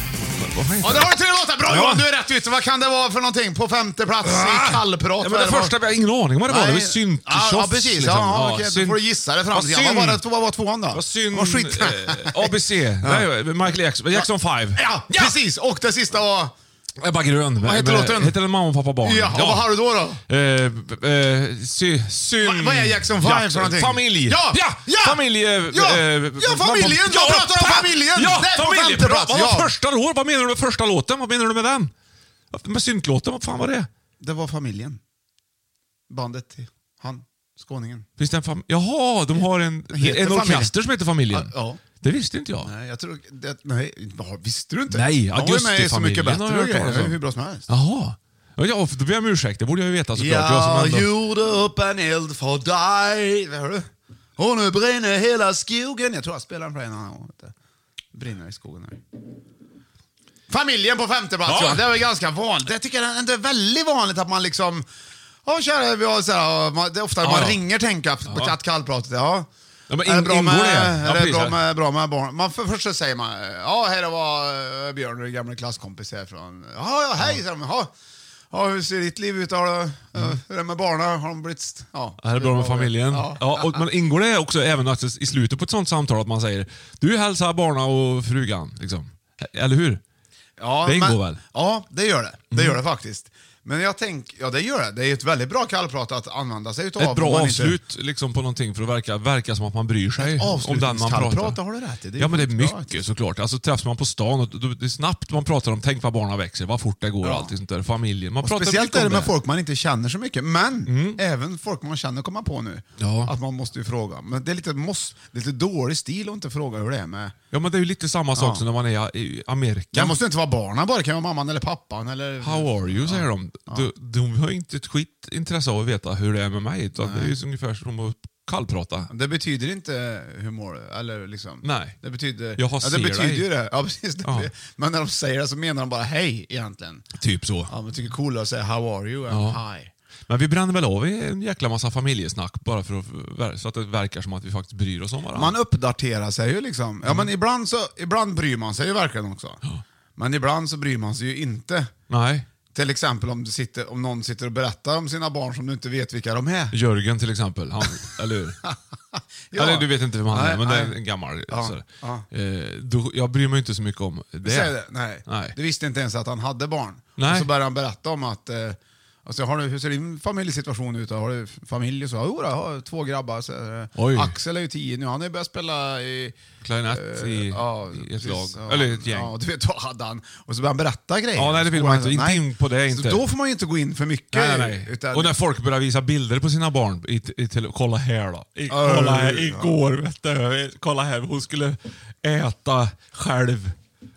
Speaker 3: Vad heter
Speaker 2: Ja, det har du tre låtar. Bra
Speaker 3: Ja.
Speaker 2: Johan, du är rätt ute. Vad kan det vara för någonting? På femte plats i kallprat?
Speaker 3: Ja,
Speaker 2: vad
Speaker 3: men
Speaker 2: är
Speaker 3: det första, jag har ingen aning om vad det var. Det var ju synt
Speaker 2: Ja, ja, precis. Ja, okej. Då får du gissa det fram
Speaker 3: Vad
Speaker 2: till Vad var
Speaker 3: synd.
Speaker 2: det- vad var tvåan då?
Speaker 3: Vad synd.
Speaker 2: Vad skit.
Speaker 3: eh, ABC. Nej, eh, Michael Jackson. Jackson 5.
Speaker 2: Ja, precis. Och det sista var...
Speaker 3: Ebba Grön. Eh,
Speaker 2: Vad heter låten?
Speaker 3: Heter den Mamma och pappa barn?
Speaker 2: Ja, och vad har du då? då?
Speaker 3: Eh, eh, sy, syn...
Speaker 2: Va- vad är Jackson Five för någonting?
Speaker 3: Familj!
Speaker 2: Ja!
Speaker 3: ja! eh,
Speaker 2: Ja!
Speaker 3: Familje...
Speaker 2: Ja! Ja, familjen! Jag pratar om familjen!
Speaker 3: Ja,
Speaker 2: Det är på
Speaker 3: familjen!
Speaker 2: femte
Speaker 3: Bra.
Speaker 2: plats,
Speaker 3: Vad var
Speaker 2: ja.
Speaker 3: första låt? Vad menar du med första låten? Vad menar du med den? Med syntlåten? Vad fan var det?
Speaker 2: Det var familjen. Bandet till han, skåningen.
Speaker 3: Finns det en fam... Jaha, de har en, en
Speaker 2: Heter
Speaker 3: orkester
Speaker 2: familjen.
Speaker 3: som heter Familjen.
Speaker 2: Ja, ja.
Speaker 3: Det visste inte jag.
Speaker 2: Nej, jag tror... Det, nej, ja, visste du inte?
Speaker 3: Nej,
Speaker 2: De var ju med i Så
Speaker 3: Augustifamiljen
Speaker 2: mycket
Speaker 3: har
Speaker 2: bättre
Speaker 3: jag hört
Speaker 2: och grejer.
Speaker 3: talas
Speaker 2: Det
Speaker 3: om.
Speaker 2: är Hur bra som helst.
Speaker 3: Jaha. Ja, Ja, då ber jag om ursäkt. Det borde jag ju veta såklart. Jag som
Speaker 2: Jag
Speaker 3: ändå-
Speaker 2: gjorde upp en eld för dig. Vad Hör du? Och nu brinner hela skogen. Jag tror jag spelar den för en annan gång. vet du. Brinner i skogen här. Familjen på femte plats,
Speaker 3: Ja.
Speaker 2: ja. Det är väl ganska vanligt. Jag tycker det är inte väldigt vanligt att man liksom... Ja, kära, vi har så här, ja, man, det är ofta
Speaker 3: Ja,
Speaker 2: man
Speaker 3: ja.
Speaker 2: ringer tänka på
Speaker 3: Ja.
Speaker 2: att kallpratet. Ja.
Speaker 3: Ja, men
Speaker 2: är det
Speaker 3: in-
Speaker 2: bra
Speaker 3: ingår
Speaker 2: med,
Speaker 3: det? Ja,
Speaker 2: är det
Speaker 3: precis,
Speaker 2: bra
Speaker 3: ja.
Speaker 2: med, bra med barn? Man, för, först så säger man, ja här var eh, Björn, din gamla klasskompis härifrån. Ja, ja hej, säger de. Ja. Ja, hur ser ditt liv ut? Har du, eh, Hur är det med barnen? Har de blivit... st- Ja.
Speaker 3: Ja, Det Mm. är bra med familjen.
Speaker 2: Ja.
Speaker 3: Ja. och, men ingår det också även att i slutet på ett sånt samtal att man säger du hälsar barna och frugan? Liksom. Eller hur?
Speaker 2: Ja,
Speaker 3: Det ingår väl?
Speaker 2: Ja, det gör det. Det
Speaker 3: Mm.
Speaker 2: gör det faktiskt. Men jag tänker, ja det gör det. Det är ju ett väldigt bra kallprat att använda sig utav.
Speaker 3: Ett
Speaker 2: om
Speaker 3: bra
Speaker 2: man
Speaker 3: avslut liksom, på någonting för att verka, verka som att man bryr sig om den
Speaker 2: Ett
Speaker 3: man
Speaker 2: avslutningskallprat,
Speaker 3: pratar
Speaker 2: det har du rätt i. Det är
Speaker 3: Ja, men det är
Speaker 2: skitbra
Speaker 3: mycket
Speaker 2: faktiskt.
Speaker 3: såklart. Alltså träffas man på stan och då- det är snabbt man pratar om tänk vad barna växer, vad fort det går och
Speaker 2: Ja.
Speaker 3: allt sånt där. Familjen. Man
Speaker 2: Och
Speaker 3: pratar
Speaker 2: speciellt
Speaker 3: mycket
Speaker 2: är
Speaker 3: om Mm.
Speaker 2: det med folk man inte känner så mycket, men även folk man känner kommer på nu.
Speaker 3: Ja.
Speaker 2: Att man måste ju fråga. Men det är lite, måste, lite dålig stil att inte fråga hur det är med...
Speaker 3: Ja, men det är ju lite samma sak
Speaker 2: Ja.
Speaker 3: som när man är i Amerika.
Speaker 2: Det måste inte vara barnen bara, det kan vara mamman eller pappan eller...
Speaker 3: How are you, säger de. De, de har ju inte ett skit intresse av att veta hur det är med mig. Utan det är ju så ungefär som att kallprata.
Speaker 2: Det betyder inte hur mår du, eller liksom...
Speaker 3: Nej.
Speaker 2: Det betyder...
Speaker 3: Jag har
Speaker 2: ja,
Speaker 3: ser
Speaker 2: det betyder
Speaker 3: dig.
Speaker 2: ju det. Ja, precis.
Speaker 3: Ja.
Speaker 2: Men när de säger det så menar de bara hej egentligen.
Speaker 3: Typ så.
Speaker 2: Ja, man tycker det är coolare att säga how are you än
Speaker 3: Ja.
Speaker 2: hi.
Speaker 3: Men vi bränner väl av i en jäkla massa familjesnack bara för att, ver- så att det verkar som att vi faktiskt bryr oss om varandra.
Speaker 2: Man uppdaterar sig ju liksom.
Speaker 3: Mm.
Speaker 2: Ja, men ibland, så, ibland bryr man sig ju verkligen också. Men ibland så bryr man sig ju inte.
Speaker 3: Nej.
Speaker 2: Till exempel om, du sitter, om någon sitter och berättar om sina barn som du inte vet vilka de är.
Speaker 3: Jörgen till exempel, han, eller hur?
Speaker 2: Ja.
Speaker 3: Eller du vet inte vem han är,
Speaker 2: Nej,
Speaker 3: men det är
Speaker 2: nej.
Speaker 3: en gammal.
Speaker 2: Ja,
Speaker 3: sådär.
Speaker 2: ja.
Speaker 3: Eh, då, jag bryr mig inte så mycket om det.
Speaker 2: Säg det. Nej.
Speaker 3: Nej.
Speaker 2: Du visste inte ens att han hade barn.
Speaker 3: Nej.
Speaker 2: Och så började han berätta om att, eh, alltså, har du, hur ser din familjesituation ut? då? Har du familj? och Så, jo, då, jag har två grabbar. Så, eh,
Speaker 3: Oj.
Speaker 2: Axel är ju tio nu, han har ju börjat spela i...
Speaker 3: Klarinett
Speaker 2: eh,
Speaker 3: i,
Speaker 2: ja,
Speaker 3: i ett
Speaker 2: precis.
Speaker 3: lag,
Speaker 2: Ja,
Speaker 3: eller ett gäng.
Speaker 2: Ja, du vet, då hade han. Och så började han berätta grejer.
Speaker 3: Ja, nej, det vill man inte. Inte
Speaker 2: Nej.
Speaker 3: in på det,
Speaker 2: Så
Speaker 3: inte.
Speaker 2: då får man ju inte gå in för mycket.
Speaker 3: Nej, nej, nej.
Speaker 2: Utan,
Speaker 3: Och när folk börjar visa bilder på sina barn. I, i, tele- kolla här då. I, kolla här, igår, vet du, kolla här. Hon skulle äta själv.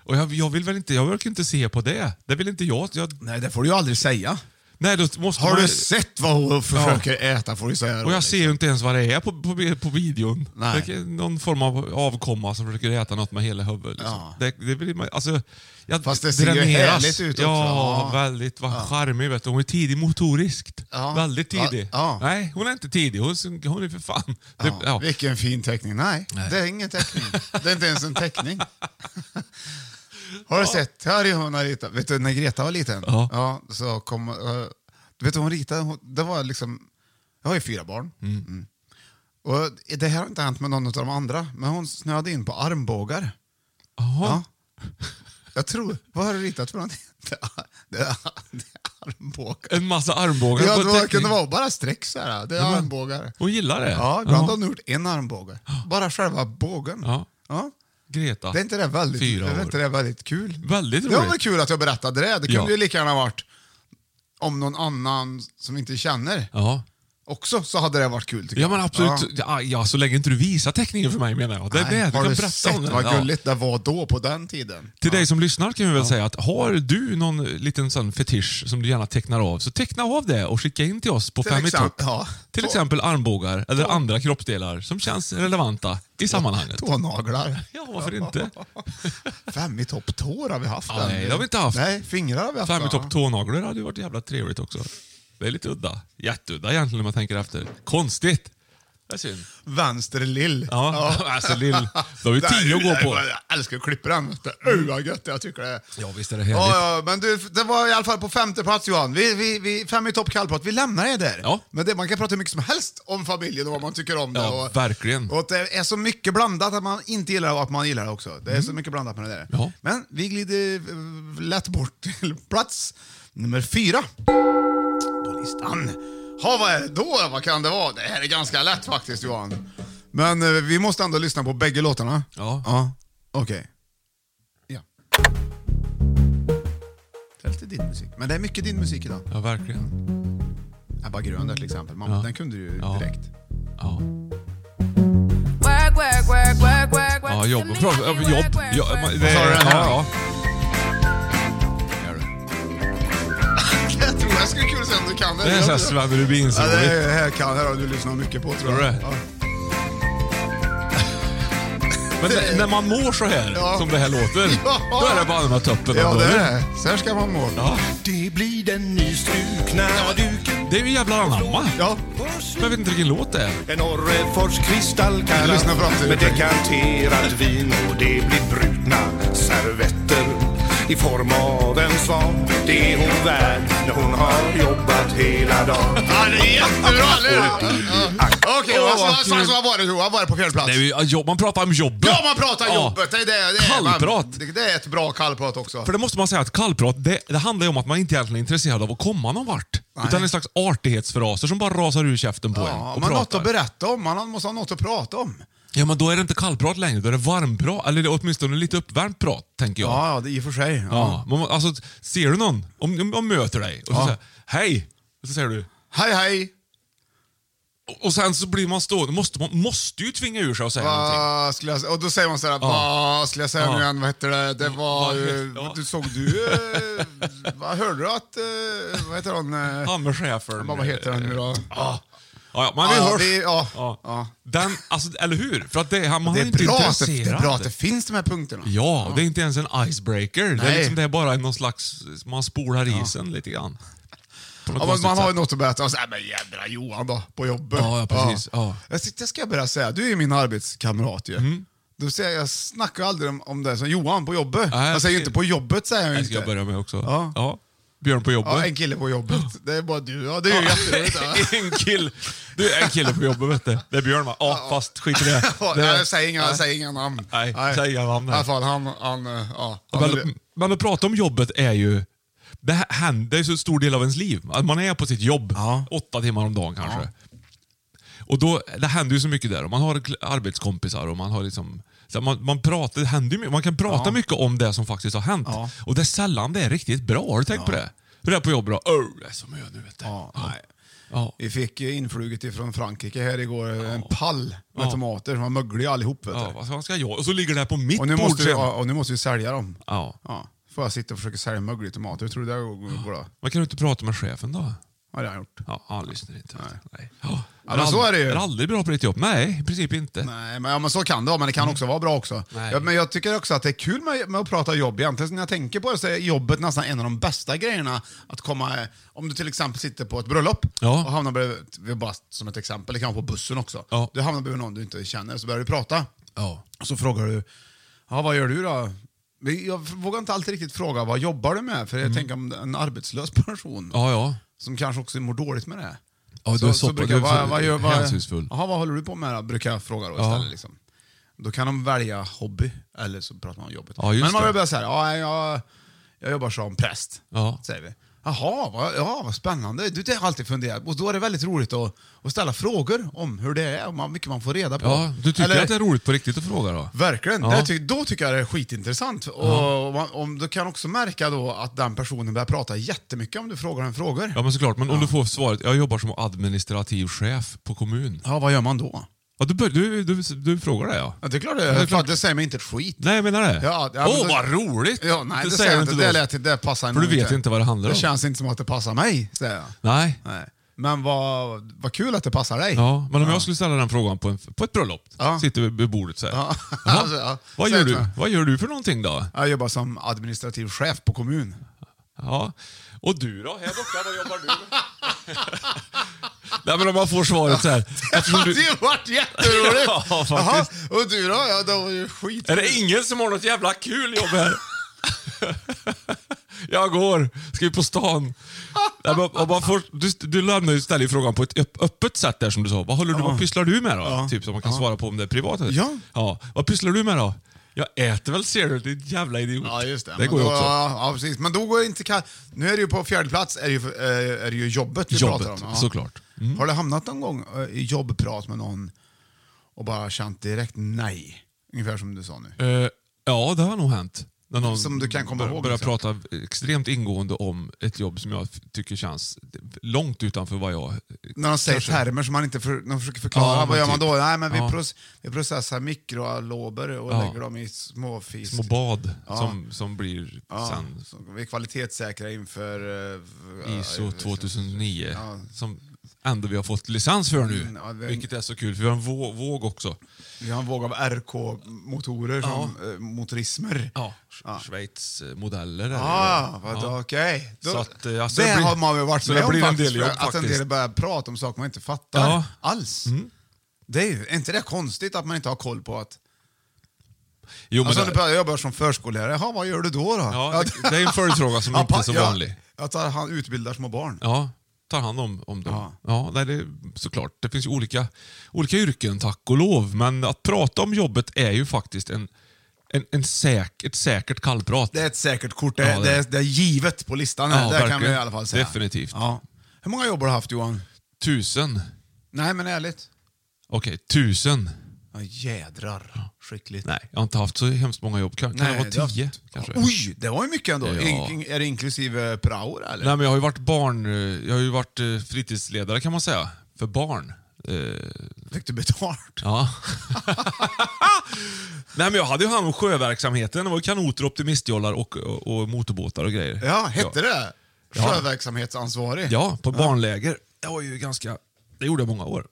Speaker 3: Och jag, jag vill väl inte, jag orkar inte se på det. Det vill inte jag. jag
Speaker 2: nej, det får du ju aldrig säga.
Speaker 3: nej, då måste
Speaker 2: Har
Speaker 3: man,
Speaker 2: du sett vad hon försöker äta får du säga. då,
Speaker 3: Och jag
Speaker 2: liksom.
Speaker 3: ser ju inte ens vad det är på, på, på videon.
Speaker 2: Nej.
Speaker 3: Det är någon form av avkomma som försöker äta något med hela huvudet. Liksom.
Speaker 2: Ja.
Speaker 3: Det, det blir, man- alltså, jag
Speaker 2: Fast det ser ju
Speaker 3: dräneras.
Speaker 2: härligt ut också.
Speaker 3: Ja,
Speaker 2: Ja.
Speaker 3: väldigt. Vad charmig. Vet du. Hon är tidig motoriskt.
Speaker 2: Ja.
Speaker 3: Väldigt
Speaker 2: Ja,
Speaker 3: tidig.
Speaker 2: ja.
Speaker 3: Nej, hon är inte tidig. Hon, är- hon är för fan... Det,
Speaker 2: Ja,
Speaker 3: ja.
Speaker 2: Vilken fin teckning. Nej, det är ingen teckning. Det är inte ens en teckning. Har du sett? Här är hon har ritat. Vet du, när Greta var liten,
Speaker 3: Ja.
Speaker 2: så kom... eh, Du vet du, hon ritade, hon, det var liksom... Jag har ju fyra barn. Mm. Och det här har inte hänt med någon av de andra, men hon snöade in på armbågar.
Speaker 3: Jaha.
Speaker 2: Jag tror... Vad har du ritat för någonting? Det är, det är, det är armbågar.
Speaker 3: En massa armbågar
Speaker 2: Ja,
Speaker 3: på
Speaker 2: det var,
Speaker 3: en
Speaker 2: kunde
Speaker 3: teckning.
Speaker 2: vara bara streck så här. Det är
Speaker 3: men-
Speaker 2: armbågar.
Speaker 3: Hon gillar det?
Speaker 2: Ja, ibland har de gjort en armbåge. Bara själva bågen.
Speaker 3: Ja.
Speaker 2: Ja.
Speaker 3: Greta.
Speaker 2: Det är inte det väldigt,
Speaker 3: Fyra
Speaker 2: det
Speaker 3: år.
Speaker 2: är inte det väldigt kul?
Speaker 3: Väldigt
Speaker 2: Det var väl
Speaker 3: roligt.
Speaker 2: kul att jag berättade det. Det kunde
Speaker 3: Ja.
Speaker 2: ju lika gärna varit om någon annan som inte känner
Speaker 3: Ja.
Speaker 2: också så hade det varit kul tycker
Speaker 3: Ja
Speaker 2: jag.
Speaker 3: men absolut. Ja. Ja, så länge inte du visar teckningen för mig menar jag. Det är
Speaker 2: Nej,
Speaker 3: det. Du
Speaker 2: har
Speaker 3: kan
Speaker 2: du
Speaker 3: berätta
Speaker 2: sett
Speaker 3: om den.
Speaker 2: vad
Speaker 3: Ja.
Speaker 2: gulligt det var då på den tiden?
Speaker 3: Till dig som lyssnar kan vi väl säga att har du någon liten sån fetisch som du gärna tecknar av, så teckna av det och skicka in till oss på
Speaker 2: Till
Speaker 3: Fem i
Speaker 2: exempel-
Speaker 3: topp.
Speaker 2: ja.
Speaker 3: Till
Speaker 2: Tå-
Speaker 3: exempel armbågar eller andra kroppsdelar som känns relevanta i sammanhanget.
Speaker 2: Tånaglar.
Speaker 3: Ja, varför inte?
Speaker 2: Fem i topp tår har vi haft.
Speaker 3: Nej,
Speaker 2: än.
Speaker 3: det har vi inte haft.
Speaker 2: Nej, fingrar har vi haft.
Speaker 3: Fem i
Speaker 2: va?
Speaker 3: topp tånaglar hade ju varit jävla trevligt också. Det är lite udda. Jätteudda egentligen om man tänker efter. Konstigt. Det är synd.
Speaker 2: Vänsterlill.
Speaker 3: Ja, alltså lill. Då har vi tio att gå på. Mm.
Speaker 2: Jag älskar att klippa den. vet du. Uh, vad gött jag tycker det är.
Speaker 3: Ja, visst är det härligt.
Speaker 2: Ja, ja, men du, det var i alla fall på femte plats Johan. Vi, vi, vi, fem i topp kallprat. Vi lämnar er där.
Speaker 3: Ja.
Speaker 2: Men det, man kan prata hur mycket som helst om familjen och vad man tycker om det.
Speaker 3: Ja,
Speaker 2: och,
Speaker 3: verkligen.
Speaker 2: Och att det är så mycket blandat att man inte gillar det och att man gillar det också. Det är så mycket blandat med det där.
Speaker 3: Mm. Ja.
Speaker 2: Men vi glider eh, lätt bort till plats nummer fyra på listan. Ha, vad är det då? Vad kan det vara? Det här är ganska lätt faktiskt Johan. Men eh, vi måste ändå lyssna på bägge låtarna.
Speaker 3: Ja.
Speaker 2: ja. Okej. Ja. Det är lite din musik. Men det är mycket din musik idag.
Speaker 3: Ja, verkligen.
Speaker 2: Ebba Grön där till exempel. Man, Den kunde du ju
Speaker 3: Ja.
Speaker 2: direkt.
Speaker 3: Ja.
Speaker 4: Work, work, work, work, work, work.
Speaker 3: Ah, Ja, jobb. Bra, ja, men jobb. Ja, man- det,
Speaker 2: Sa du den här?
Speaker 3: ja,
Speaker 2: Gör du. jag tror jag skulle kunna säga om du kan det.
Speaker 3: ja. Det är såhär Sven rubin
Speaker 2: Ja, det här kan här har du lyssnat mycket på tror
Speaker 3: Tror
Speaker 2: jag.
Speaker 3: du det?
Speaker 2: Ja.
Speaker 3: Men när- när man mår så här
Speaker 2: Ja.
Speaker 3: som det här låter,
Speaker 2: Ja.
Speaker 3: då är det bara den här tuppen.
Speaker 2: Ja, det är det. Så här ska man må.
Speaker 3: Ja.
Speaker 5: Det blir den nystrukna duken
Speaker 3: Det är ju jävla anamma.
Speaker 2: Ja.
Speaker 3: Men jag vet inte vilken låt det är.
Speaker 5: En Orrefors kristallkalla
Speaker 2: Jag lyssnar fram till
Speaker 5: med
Speaker 2: det.
Speaker 5: dekanterat vin och det blir brutna servetter i form av en svan. Det är hon värd när hon har jobbat hela dagen.
Speaker 2: Ja, det är jättebra, eller hur? Ja. Okej,
Speaker 3: Åh,
Speaker 2: vad-
Speaker 3: vad
Speaker 2: vad- vad
Speaker 3: kul.
Speaker 2: vad var det Johan? Vad var det på fjärde plats?
Speaker 3: Det är ju, ja, jobb, man pratar om jobbet.
Speaker 2: Ja, man pratar
Speaker 3: Ja.
Speaker 2: jobbet. Det, är det, det, är-
Speaker 3: Kallprat.
Speaker 2: Det, det är ett bra kallprat också.
Speaker 3: För det måste man säga att kallprat, det, det handlar ju om att man inte egentligen är intresserad av att komma någon vart. Utan det är en slags artighetsfraser som bara rasar ur käften på en.
Speaker 2: Ja, man har något att berätta om. Man har- måste ha något att prata om.
Speaker 3: Ja, men då är det inte kallprat längre. Då är det varmprat. Eller det är åtminstone lite uppvärmt prat, tänker jag.
Speaker 2: Ja, ja det, i och för sig.
Speaker 3: Ja, man, må- alltså, ser du någon, om om man möter dig och så
Speaker 2: Ja.
Speaker 3: säger hej, och så säger du
Speaker 2: Hej, hej.
Speaker 3: och- och sen så blir man stående, måste, man måste ju tvinga ur sig och säga någonting.
Speaker 2: Vad Ah, skulle jag säga? Och då säger man sådär, vad skulle jag säga nu
Speaker 3: Ja.
Speaker 2: igen? Vad hette det? Det var...
Speaker 3: Vad-
Speaker 2: eh,
Speaker 3: ja.
Speaker 2: Du, såg du... eh, vad hörde du att... eh, Vad heter hon? eh,
Speaker 3: Hammerschäfern.
Speaker 2: Vad heter han nu då?
Speaker 3: eh, Ja, ja, men vi
Speaker 2: Ja,
Speaker 3: hörs.
Speaker 2: vi- ja,
Speaker 3: Ja.
Speaker 2: ja.
Speaker 3: Den, alltså, eller hur? För att det, man
Speaker 2: Det
Speaker 3: är
Speaker 2: är,
Speaker 3: inte
Speaker 2: bra att det, det
Speaker 3: intresserad.
Speaker 2: är bra att det finns de här punkterna.
Speaker 3: Ja, det är inte ens en icebreaker. Det
Speaker 2: Nej.
Speaker 3: är, liksom, det är bara någon slags... Man spolar isen lite grann. På något
Speaker 2: Ja, men
Speaker 3: konstigt
Speaker 2: man har ju
Speaker 3: sätt.
Speaker 2: något att berätta. Och så, här, men jädra Johan då, på jobbet.
Speaker 3: Ja, ja, precis. Ja.
Speaker 2: Jag tyckte jag ska börja säga, du är ju min arbetskamrat ju. Då säger jag, jag snackar aldrig om, om det som Johan på jobbet.
Speaker 3: Nej,
Speaker 2: jag säger
Speaker 3: precis.
Speaker 2: ju inte på jobbet, säger jag ju
Speaker 3: Det
Speaker 2: inte.
Speaker 3: ska jag börja med också.
Speaker 2: Ja.
Speaker 3: Ja. Björn på jobbet.
Speaker 2: Ja, en kille på jobbet. Det är bara du. Ja, det är ju jätteroligt. Ja.
Speaker 3: en kill. Du, en kille på jobbet vet du. Det är Björn va? Ja, fast skit i det.
Speaker 2: Ja,
Speaker 3: det
Speaker 2: nej, säg inga, säg inga namn.
Speaker 3: Nej, säg inga namn,
Speaker 2: I
Speaker 3: nej.
Speaker 2: alla fall, han... han eh, ja, han
Speaker 3: men, men att prata om jobbet är ju... Det här händer ju så stor del av ens liv. Att man är på sitt jobb
Speaker 2: Ja.
Speaker 3: åtta timmar om dagen kanske. Och då, Det händer ju så mycket där. Och man har kl- arbetskompisar och man har liksom... Så att man, man, pratar, det händer ju, mycket. man kan prata mycket om det som faktiskt har hänt.
Speaker 2: Ja.
Speaker 3: Och det är sällan det är riktigt bra. Har du tänkt på det? Hur det är på jobbet då? Oh, det är så mycket nu vet du.
Speaker 2: ja, nej.
Speaker 3: Ja.
Speaker 2: Vi fick ju influget ifrån Frankrike här igår, en pall med tomater som var mögliga allihop. Vet du.
Speaker 3: Ja, vad fan ska jag? Och så ligger det här på mitt
Speaker 2: och, nu
Speaker 3: bord
Speaker 2: måste vi,
Speaker 3: sen.
Speaker 2: ja, och nu måste vi sälja dem.
Speaker 3: Ja.
Speaker 2: Ja. Får jag sitta och försöka sälja mögliga tomater? Tror du det går- går då?
Speaker 3: Man kan ju inte prata med chefen då?
Speaker 2: Ja, det har jag gjort.
Speaker 3: Ja, han lyssnar inte. Nej. Nej.
Speaker 2: men så är det ju.
Speaker 3: Är aldrig bra på ditt jobb? Nej, i princip inte.
Speaker 2: Nej, men, ja, men så kan det vara, men det kan också vara bra också.
Speaker 3: Mm. Nej.
Speaker 2: Ja, men jag tycker också att det är kul med, med att prata jobb. Egentligen när jag tänker på det så är jobbet nästan en av de bästa grejerna. Att komma, eh, om du till exempel sitter på ett bröllop
Speaker 3: Ja.
Speaker 2: och hamnar bredvid, vi har bara som ett exempel, det kan vara på bussen också.
Speaker 3: Ja.
Speaker 2: Du hamnar bredvid någon du inte känner, så börjar du prata.
Speaker 3: Ja.
Speaker 2: Och så frågar du, ja, vad gör du då? Men Jag vågar inte alltid riktigt fråga, vad jobbar du med? För jag tänker om en arbetslös person
Speaker 3: Mm. Ja, ja.
Speaker 2: som kanske också mår dåligt med det.
Speaker 3: Ja, du är så-
Speaker 2: brukar
Speaker 3: du är
Speaker 2: jag,
Speaker 3: så
Speaker 2: vad, vad, gör- vad,
Speaker 3: hänsynsfull.
Speaker 2: Jaha, vad håller du på med då? Brukar jag fråga då istället. Liksom. Då kan de välja hobby, eller så pratar man om jobbet.
Speaker 3: Ja, just
Speaker 2: Men man
Speaker 3: det.
Speaker 2: börjar säga, ja, jag, jag jobbar som präst.
Speaker 3: Ja.
Speaker 2: Säger vi. Jaha, vad, ja, vad spännande. Du, det har jag alltid funderat Och då är det väldigt roligt att, att ställa frågor om hur det är, och hur mycket man får reda på.
Speaker 3: ja. Du tycker
Speaker 2: Eller-
Speaker 3: att det är roligt på riktigt att fråga då?
Speaker 2: Verkligen.
Speaker 3: Ja.
Speaker 2: Det ty då tycker jag det är skitintressant. Och om man, om du kan också märka då att den personen börjar prata jättemycket om du frågar den frågor.
Speaker 3: Ja, men såklart. Men om du får svaret, jag jobbar som administrativ chef på kommun.
Speaker 2: Ja, vad gör man då?
Speaker 3: Ja, du, bör- du, du, du frågar det ja.
Speaker 2: Ja, det är klart det, är.
Speaker 3: det är
Speaker 2: klart.
Speaker 3: klart.
Speaker 2: det säger mig inte ett skit.
Speaker 3: Nej, jag menar det.
Speaker 2: Ja, ja, men
Speaker 3: Åh,
Speaker 2: då-
Speaker 3: vad roligt!
Speaker 2: Ja, nej, det,
Speaker 3: säger
Speaker 2: säger jag
Speaker 3: du
Speaker 2: inte.
Speaker 3: då.
Speaker 2: Det, lät, det passar
Speaker 3: För du
Speaker 2: nog
Speaker 3: vet inte vad det handlar
Speaker 2: Det
Speaker 3: om.
Speaker 2: känns inte som att det passar mig, säger jag.
Speaker 3: Nej.
Speaker 2: Nej. Men vad, vad kul att det passar dig.
Speaker 3: Ja, men om jag skulle ställa den frågan på, en, på ett bröllop,
Speaker 2: Ja.
Speaker 3: sitter vid- vid bordet så här.
Speaker 2: Ja.
Speaker 3: Jaha,
Speaker 2: Alltså, ja.
Speaker 3: Vad,
Speaker 2: Säg
Speaker 3: gör
Speaker 2: till
Speaker 3: du?
Speaker 2: mig.
Speaker 3: vad gör du för någonting då?
Speaker 2: Jag jobbar som administrativ chef på kommun.
Speaker 3: Ja. Och du då? Här borta, vad jobbar du med? Nej, men om man får svaret så här.
Speaker 2: Det
Speaker 3: Eftersom
Speaker 2: hade
Speaker 3: du,
Speaker 2: ju varit jätteroligt.
Speaker 3: Ja, faktiskt.
Speaker 2: Jaha, och du då? Ja, det var ju skit.
Speaker 3: är det ingen som har något jävla kul jobb här? Jag går. Ska vi på stan? Nej, men om man får, du du lämnar ju ställer ju frågan på ett öpp- öppet sätt där som du sa. Vad, håller du, vad pysslar du med då? Typ som man kan svara på om det är privat.
Speaker 2: Ja.
Speaker 3: ja. Vad pysslar du med då? Jag äter väl ser du, din jävla idiot.
Speaker 2: Ja, just det.
Speaker 3: Det
Speaker 2: Men
Speaker 3: går ju
Speaker 2: då,
Speaker 3: också.
Speaker 2: Ja, precis. Men då går det inte kall... Nu är det ju på fjärde plats är det ju, eh, är det ju jobbet vi
Speaker 3: Jobbet,
Speaker 2: pratar om. Ja.
Speaker 3: såklart. Mm.
Speaker 2: Har du hamnat någon gång eh, i jobbprat med någon och bara känt direkt nej? Ungefär som du sa nu.
Speaker 3: Eh, ja, det har nog hänt. När någon
Speaker 2: Som du kan komma
Speaker 3: bör-
Speaker 2: ihåg,
Speaker 3: börjar
Speaker 2: liksom.
Speaker 3: prata extremt ingående om ett jobb som jag f- tycker känns långt utanför vad jag...
Speaker 2: När de säger
Speaker 3: Kanske.
Speaker 2: termer som man inte för, de försöker förklara.
Speaker 3: Ja, men
Speaker 2: Vad gör man
Speaker 3: typ.
Speaker 2: då? Nej, men vi,
Speaker 3: Ja.
Speaker 2: pros, vi processar mikrolober och
Speaker 3: Ja.
Speaker 2: lägger dem i småfisk.
Speaker 3: Små bad som, som blir sen
Speaker 2: Så vi är kvalitetssäkra inför... eh,
Speaker 3: ISO
Speaker 2: ja,
Speaker 3: 2009. Som ändå vi har fått licens för nu.
Speaker 2: Mm, ja, det-
Speaker 3: Vilket är så kul, för vi har en vå- våg också.
Speaker 2: Vi har en våg av RK-motorer, som, eh, motorismer.
Speaker 3: Ja. Schweiz-modeller. eh, är det.
Speaker 2: Ah, vad, okej. Då-
Speaker 3: Så att, eh, alltså,
Speaker 2: det,
Speaker 3: det blir-
Speaker 2: har man ju varit
Speaker 3: så
Speaker 2: med
Speaker 3: det blir
Speaker 2: om
Speaker 3: en
Speaker 2: faktiskt,
Speaker 3: del jobb
Speaker 2: för Att en
Speaker 3: faktiskt.
Speaker 2: del börjar prata om saker man inte fattar
Speaker 3: Ja. Mm.
Speaker 2: alls. Det är ju är inte det konstigt att man inte har koll på att...
Speaker 3: Jo, men
Speaker 2: Alltså,
Speaker 3: det-
Speaker 2: det... Jag jobbar som förskollärare, jaha, vad gör du då? då?
Speaker 3: Ja, det- det är en följdfråga som inte är så vanlig.
Speaker 2: Jag, jag tar, han utbildar små barn.
Speaker 3: Ja, tar hand om, om dem.
Speaker 2: Ja.
Speaker 3: Ja. nej, det, såklart. Det finns ju olika, olika yrken, tack och lov. Men att prata om jobbet är ju faktiskt en, en, en säk, ett säkert kallprat.
Speaker 2: Det är ett säkert kort, det,
Speaker 3: Ja,
Speaker 2: det.
Speaker 3: det-
Speaker 2: är, det är givet på listan.
Speaker 3: Ja,
Speaker 2: här. det kan vi
Speaker 3: verkligen.
Speaker 2: i alla fall säga.
Speaker 3: Definitivt.
Speaker 2: Ja. Hur många jobb har du haft Johan?
Speaker 3: Tusen.
Speaker 2: Nej men ärligt.
Speaker 3: Okej, tusen.
Speaker 2: Ja, jädrar, skickligt.
Speaker 3: Nej, jag har inte haft så hemskt många jobb. Kan, kan det
Speaker 2: du har
Speaker 3: vara tio?
Speaker 2: haft-
Speaker 3: Kanske.
Speaker 2: Oj, det var ju mycket ändå.
Speaker 3: Ja.
Speaker 2: In, är det inklusive praor eller?
Speaker 3: Nej, men jag har ju varit barn... eh, Jag har ju varit eh, fritidsledare kan man säga, för barn. Eh,
Speaker 2: Fick du betalt?
Speaker 3: Ja. Nej, men jag hade ju hand om sjöverksamheten. Det var ju kanoter, optimistjollar och, och, och motorbåtar och grejer.
Speaker 2: Ja, hette det
Speaker 3: Ja.
Speaker 2: Sjöverksamhetsansvarig?
Speaker 3: Ja, på barnläger. Det var ju ganska... Det gjorde jag många år.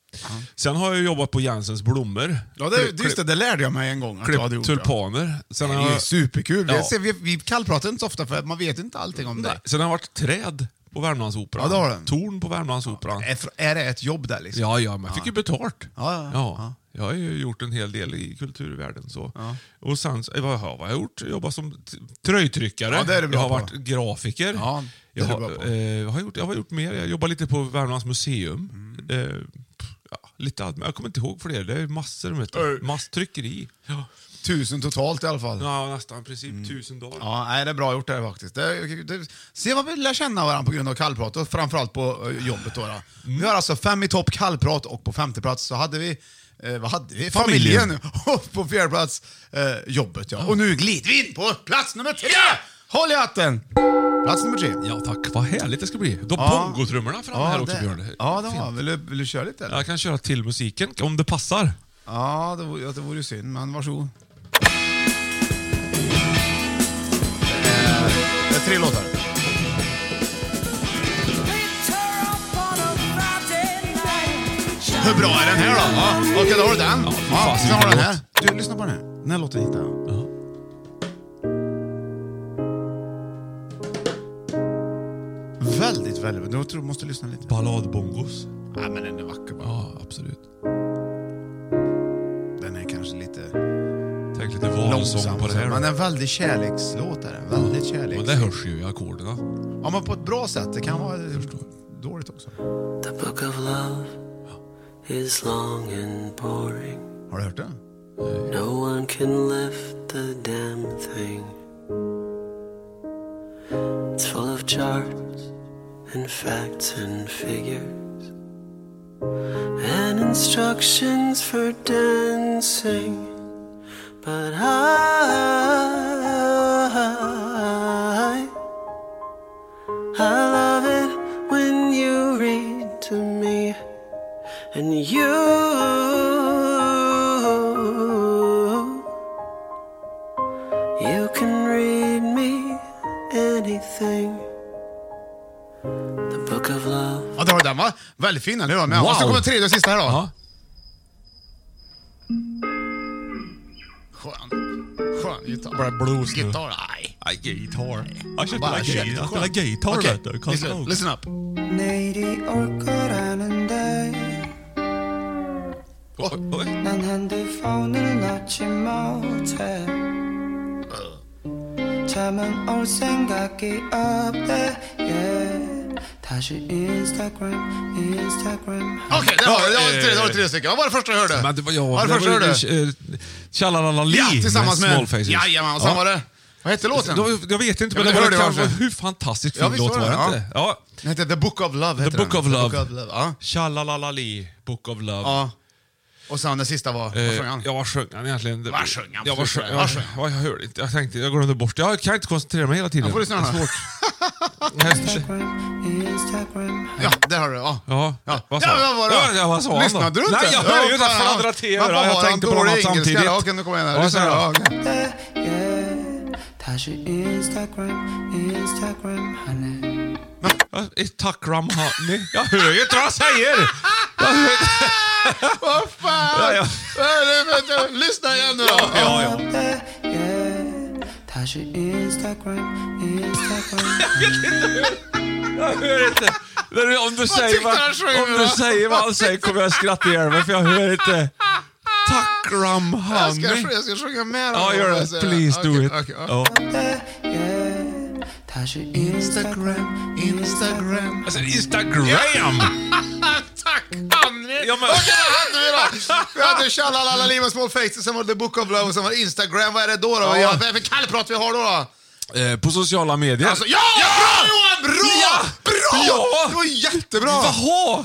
Speaker 3: Sen har jag jobbat på Jansens blommor.
Speaker 2: ja det, det- just det, det lärde jag mig en gång att du hade
Speaker 3: Klipp
Speaker 2: gjort.
Speaker 3: tulpaner. Sen
Speaker 2: Ja.
Speaker 3: har
Speaker 2: Det är ju
Speaker 3: jag,
Speaker 2: superkul. Vi-
Speaker 3: Ja.
Speaker 2: ser- Vi, vi kallpratar inte så ofta för man vet inte allting om
Speaker 3: nej,
Speaker 2: det.
Speaker 3: sen har jag varit träd på Värmlandsoperan.
Speaker 2: Ja, det har den.
Speaker 3: Torn på Värmlandsoperan.
Speaker 2: Är, är det ett jobb där liksom?
Speaker 3: Ja, ja, men jag fick ju betalt.
Speaker 2: Ja, ja,
Speaker 3: Jag har ju gjort en hel del i kulturvärlden. Så. Och sen, så- vad har jag gjort? Jobbat som t- tröjtryckare.
Speaker 2: Ja, det är du bra
Speaker 3: jag har
Speaker 2: på.
Speaker 3: varit grafiker.
Speaker 2: Ja, det är
Speaker 3: jag,
Speaker 2: du
Speaker 3: har,
Speaker 2: bra på.
Speaker 3: eh, jag har gjort, jag har gjort mer. Jag jobbar lite på Värmlands museum.
Speaker 2: Mm.
Speaker 3: Eh, pff, ja, lite allt, men jag kommer inte ihåg för det. Det är massor. Vet du. Masstryckeri. Ja.
Speaker 2: Tusen totalt i alla fall.
Speaker 3: ja, nästan princip tusen dagar.
Speaker 2: Mm. Ja, nej, det är bra gjort det här faktiskt. Det, det, se vad vi lär känna varandra på grund av kallprat och framförallt på eh, jobbet. Då,
Speaker 3: Mm.
Speaker 2: då. Vi har alltså fem i topp kallprat och på femte plats så hade vi Eh, vad hade vi? Familjen!
Speaker 3: Familjen.
Speaker 2: Och på fjärde plats, eh, jobbet ja. Och nu glider vi in på plats nummer tre! Håll i hatten! Plats nummer tre.
Speaker 3: Ja, tack. Vad härligt det ska bli. De
Speaker 2: Ja.
Speaker 3: bongotrummorna fram här också,
Speaker 2: det-
Speaker 3: Björn.
Speaker 2: Ja, det
Speaker 3: Fint.
Speaker 2: har vi. vill, du- vill du köra lite eller?
Speaker 3: Jag kan köra till musiken om det passar.
Speaker 2: Ja, det vore, ja, det vore ju synd, men varsågod. Eh, Det är, det är tre låtar. Hur bra är den här då? Ja, Okej, då har du den.
Speaker 3: fy
Speaker 2: Ja,
Speaker 3: fan,
Speaker 2: sen har du den
Speaker 3: vilken
Speaker 2: här. Du, lyssna på den här. Den här låten hittade jag. Väldigt, väldigt. Jag tror du måste lyssna lite.
Speaker 3: Balladbongos.
Speaker 2: Nej, men den är vacker bara.
Speaker 3: Ja, absolut.
Speaker 2: Den är kanske lite
Speaker 3: Tänk lite
Speaker 2: långsam.
Speaker 3: valsång på det här.
Speaker 2: Men en väldigt kärlekslåt är den. Väldigt kärleks...
Speaker 3: Men det hörs ju i ackorden.
Speaker 2: Ja, men på ett bra sätt. Det kan vara dåligt också.
Speaker 6: The book of love is long and boring.
Speaker 2: Har du hört det?
Speaker 6: No one can lift the damn thing. It's full of charts and facts and figures and instructions for dancing. But I, I love it when you read to me and you you can read me anything the book of love
Speaker 2: Ja, där har du den va? Väldigt fin, eller hur? Men wow.
Speaker 3: Wow.
Speaker 2: så kommer tredje och sista här då.
Speaker 3: Ja.
Speaker 2: Skön. Skön gitarr.
Speaker 3: Bara blues nu.
Speaker 2: Gitarr, nej.
Speaker 3: I guitar. Jag
Speaker 2: Bara
Speaker 3: spelar
Speaker 2: kör
Speaker 3: gay-
Speaker 2: lite
Speaker 3: jag
Speaker 2: skön.
Speaker 3: spelar guitar
Speaker 2: Okej,
Speaker 3: vet du. Kommer
Speaker 2: listen,
Speaker 3: ihåg.
Speaker 2: listen up.
Speaker 6: 내일이 올 거라는데
Speaker 3: Oj, oj.
Speaker 7: 난 한두 폰을 넣지 못해 잠은 올 생각이 없대 yeah. 다시 인스타그램 인스타그램
Speaker 2: Okej, det var det.
Speaker 3: Ja,
Speaker 2: var
Speaker 3: eh,
Speaker 2: tre- Det var tre stycken. Vad var det första jag hörde?
Speaker 3: Men det var jag.
Speaker 2: Vad
Speaker 3: det
Speaker 2: var det första jag hörde?
Speaker 3: var ju, eh, Tjallalalali
Speaker 2: Ja, tillsammans med...
Speaker 3: Smallfaces.
Speaker 2: Jajamän, och sen var det... Vad hette låten?
Speaker 3: Då- Jag vet inte, men
Speaker 2: Ja, men
Speaker 3: det
Speaker 2: det
Speaker 3: var
Speaker 2: hörde jag
Speaker 3: kanske,
Speaker 2: också.
Speaker 3: hur fantastiskt fin
Speaker 2: Ja, visst
Speaker 3: låt
Speaker 2: var
Speaker 3: var
Speaker 2: det,
Speaker 3: det inte? Ja.
Speaker 2: Den hette The Book of Love.
Speaker 3: The
Speaker 2: heter
Speaker 3: Book
Speaker 2: den.
Speaker 3: of Love.
Speaker 2: The Book of Love. Ja.
Speaker 3: Tjalalalali, Book of Love.
Speaker 2: ja. Och sen den sista var... Vad sjöng han?
Speaker 3: Eh, Ja, vad sjöng han egentligen? Det-
Speaker 2: Vad sjöng han?
Speaker 3: Ja, vad sjöng,
Speaker 2: Vad
Speaker 3: jag,
Speaker 2: sjöng han?
Speaker 3: jag, jag hörde inte. Jag tänkte, jag glömde bort det. Jag kan inte koncentrera mig hela tiden.
Speaker 2: Jag får lyssna
Speaker 3: Det är
Speaker 2: här.
Speaker 3: svårt. Häst-
Speaker 7: Instagram, Instagram.
Speaker 2: Ja, där har du det. Ja.
Speaker 3: Ja,
Speaker 2: Ja,
Speaker 3: vad sa han?
Speaker 2: ja, vad var det?
Speaker 3: Ja, ja, vad sa han då?
Speaker 2: Lyssnade du inte?
Speaker 3: Nej, jag hör ju inte. Jag
Speaker 2: fan,
Speaker 3: fladdrar till
Speaker 2: men
Speaker 3: öronen.
Speaker 2: vad
Speaker 3: Jag
Speaker 2: har han
Speaker 3: tänkte på
Speaker 2: dålig
Speaker 3: något
Speaker 2: engelska?
Speaker 3: samtidigt.
Speaker 2: Ja, Okej, nu kommer jag igen.
Speaker 3: Ja,
Speaker 2: här.
Speaker 3: så här,
Speaker 2: Lyssna,
Speaker 3: ja.
Speaker 2: ja, okej.
Speaker 7: 때, yeah. 다시 인스타그램 인스타그램 하네
Speaker 3: Ja, ett Takram Hani. Jag hör ju inte vad han säger! Jag hör,
Speaker 2: Vad
Speaker 3: ja,
Speaker 2: fan!
Speaker 3: ja.
Speaker 2: Nej, nej, vänta. Lyssna igen nu då.
Speaker 3: Ja, ja.
Speaker 7: 때, yeah. 다시 인스타그램 인스타그램
Speaker 3: Jag hör inte. När du- Om du säger
Speaker 2: tyckte
Speaker 3: vad,
Speaker 2: han sjöng
Speaker 3: om
Speaker 2: då?
Speaker 3: du säger vad han säger kommer jag skratta ihjäl mig för jag hör inte. Takram
Speaker 2: Jag
Speaker 3: Hani.
Speaker 2: ska, jag ska sjunga med
Speaker 3: Ja, gör det. Please do it. Ja.
Speaker 7: yeah. 다시 인스타그램 인스타그램
Speaker 3: Alltså Instagram!
Speaker 2: Ah, Tack Henrik!
Speaker 3: Ja, men-
Speaker 2: Vad hade vi då? Vi hade Tjallalalali med Small Faces, sen var det The Book of Love, och sen var det Instagram. Vad är det då? då? Ja. Vilken kallprat vi har då? då?
Speaker 3: Eh, På sociala medier.
Speaker 2: Alltså, ja! Bra Johan! Bra!
Speaker 3: Ja!
Speaker 2: Bra!
Speaker 3: Ja!
Speaker 2: Det var jättebra!
Speaker 3: Jaha!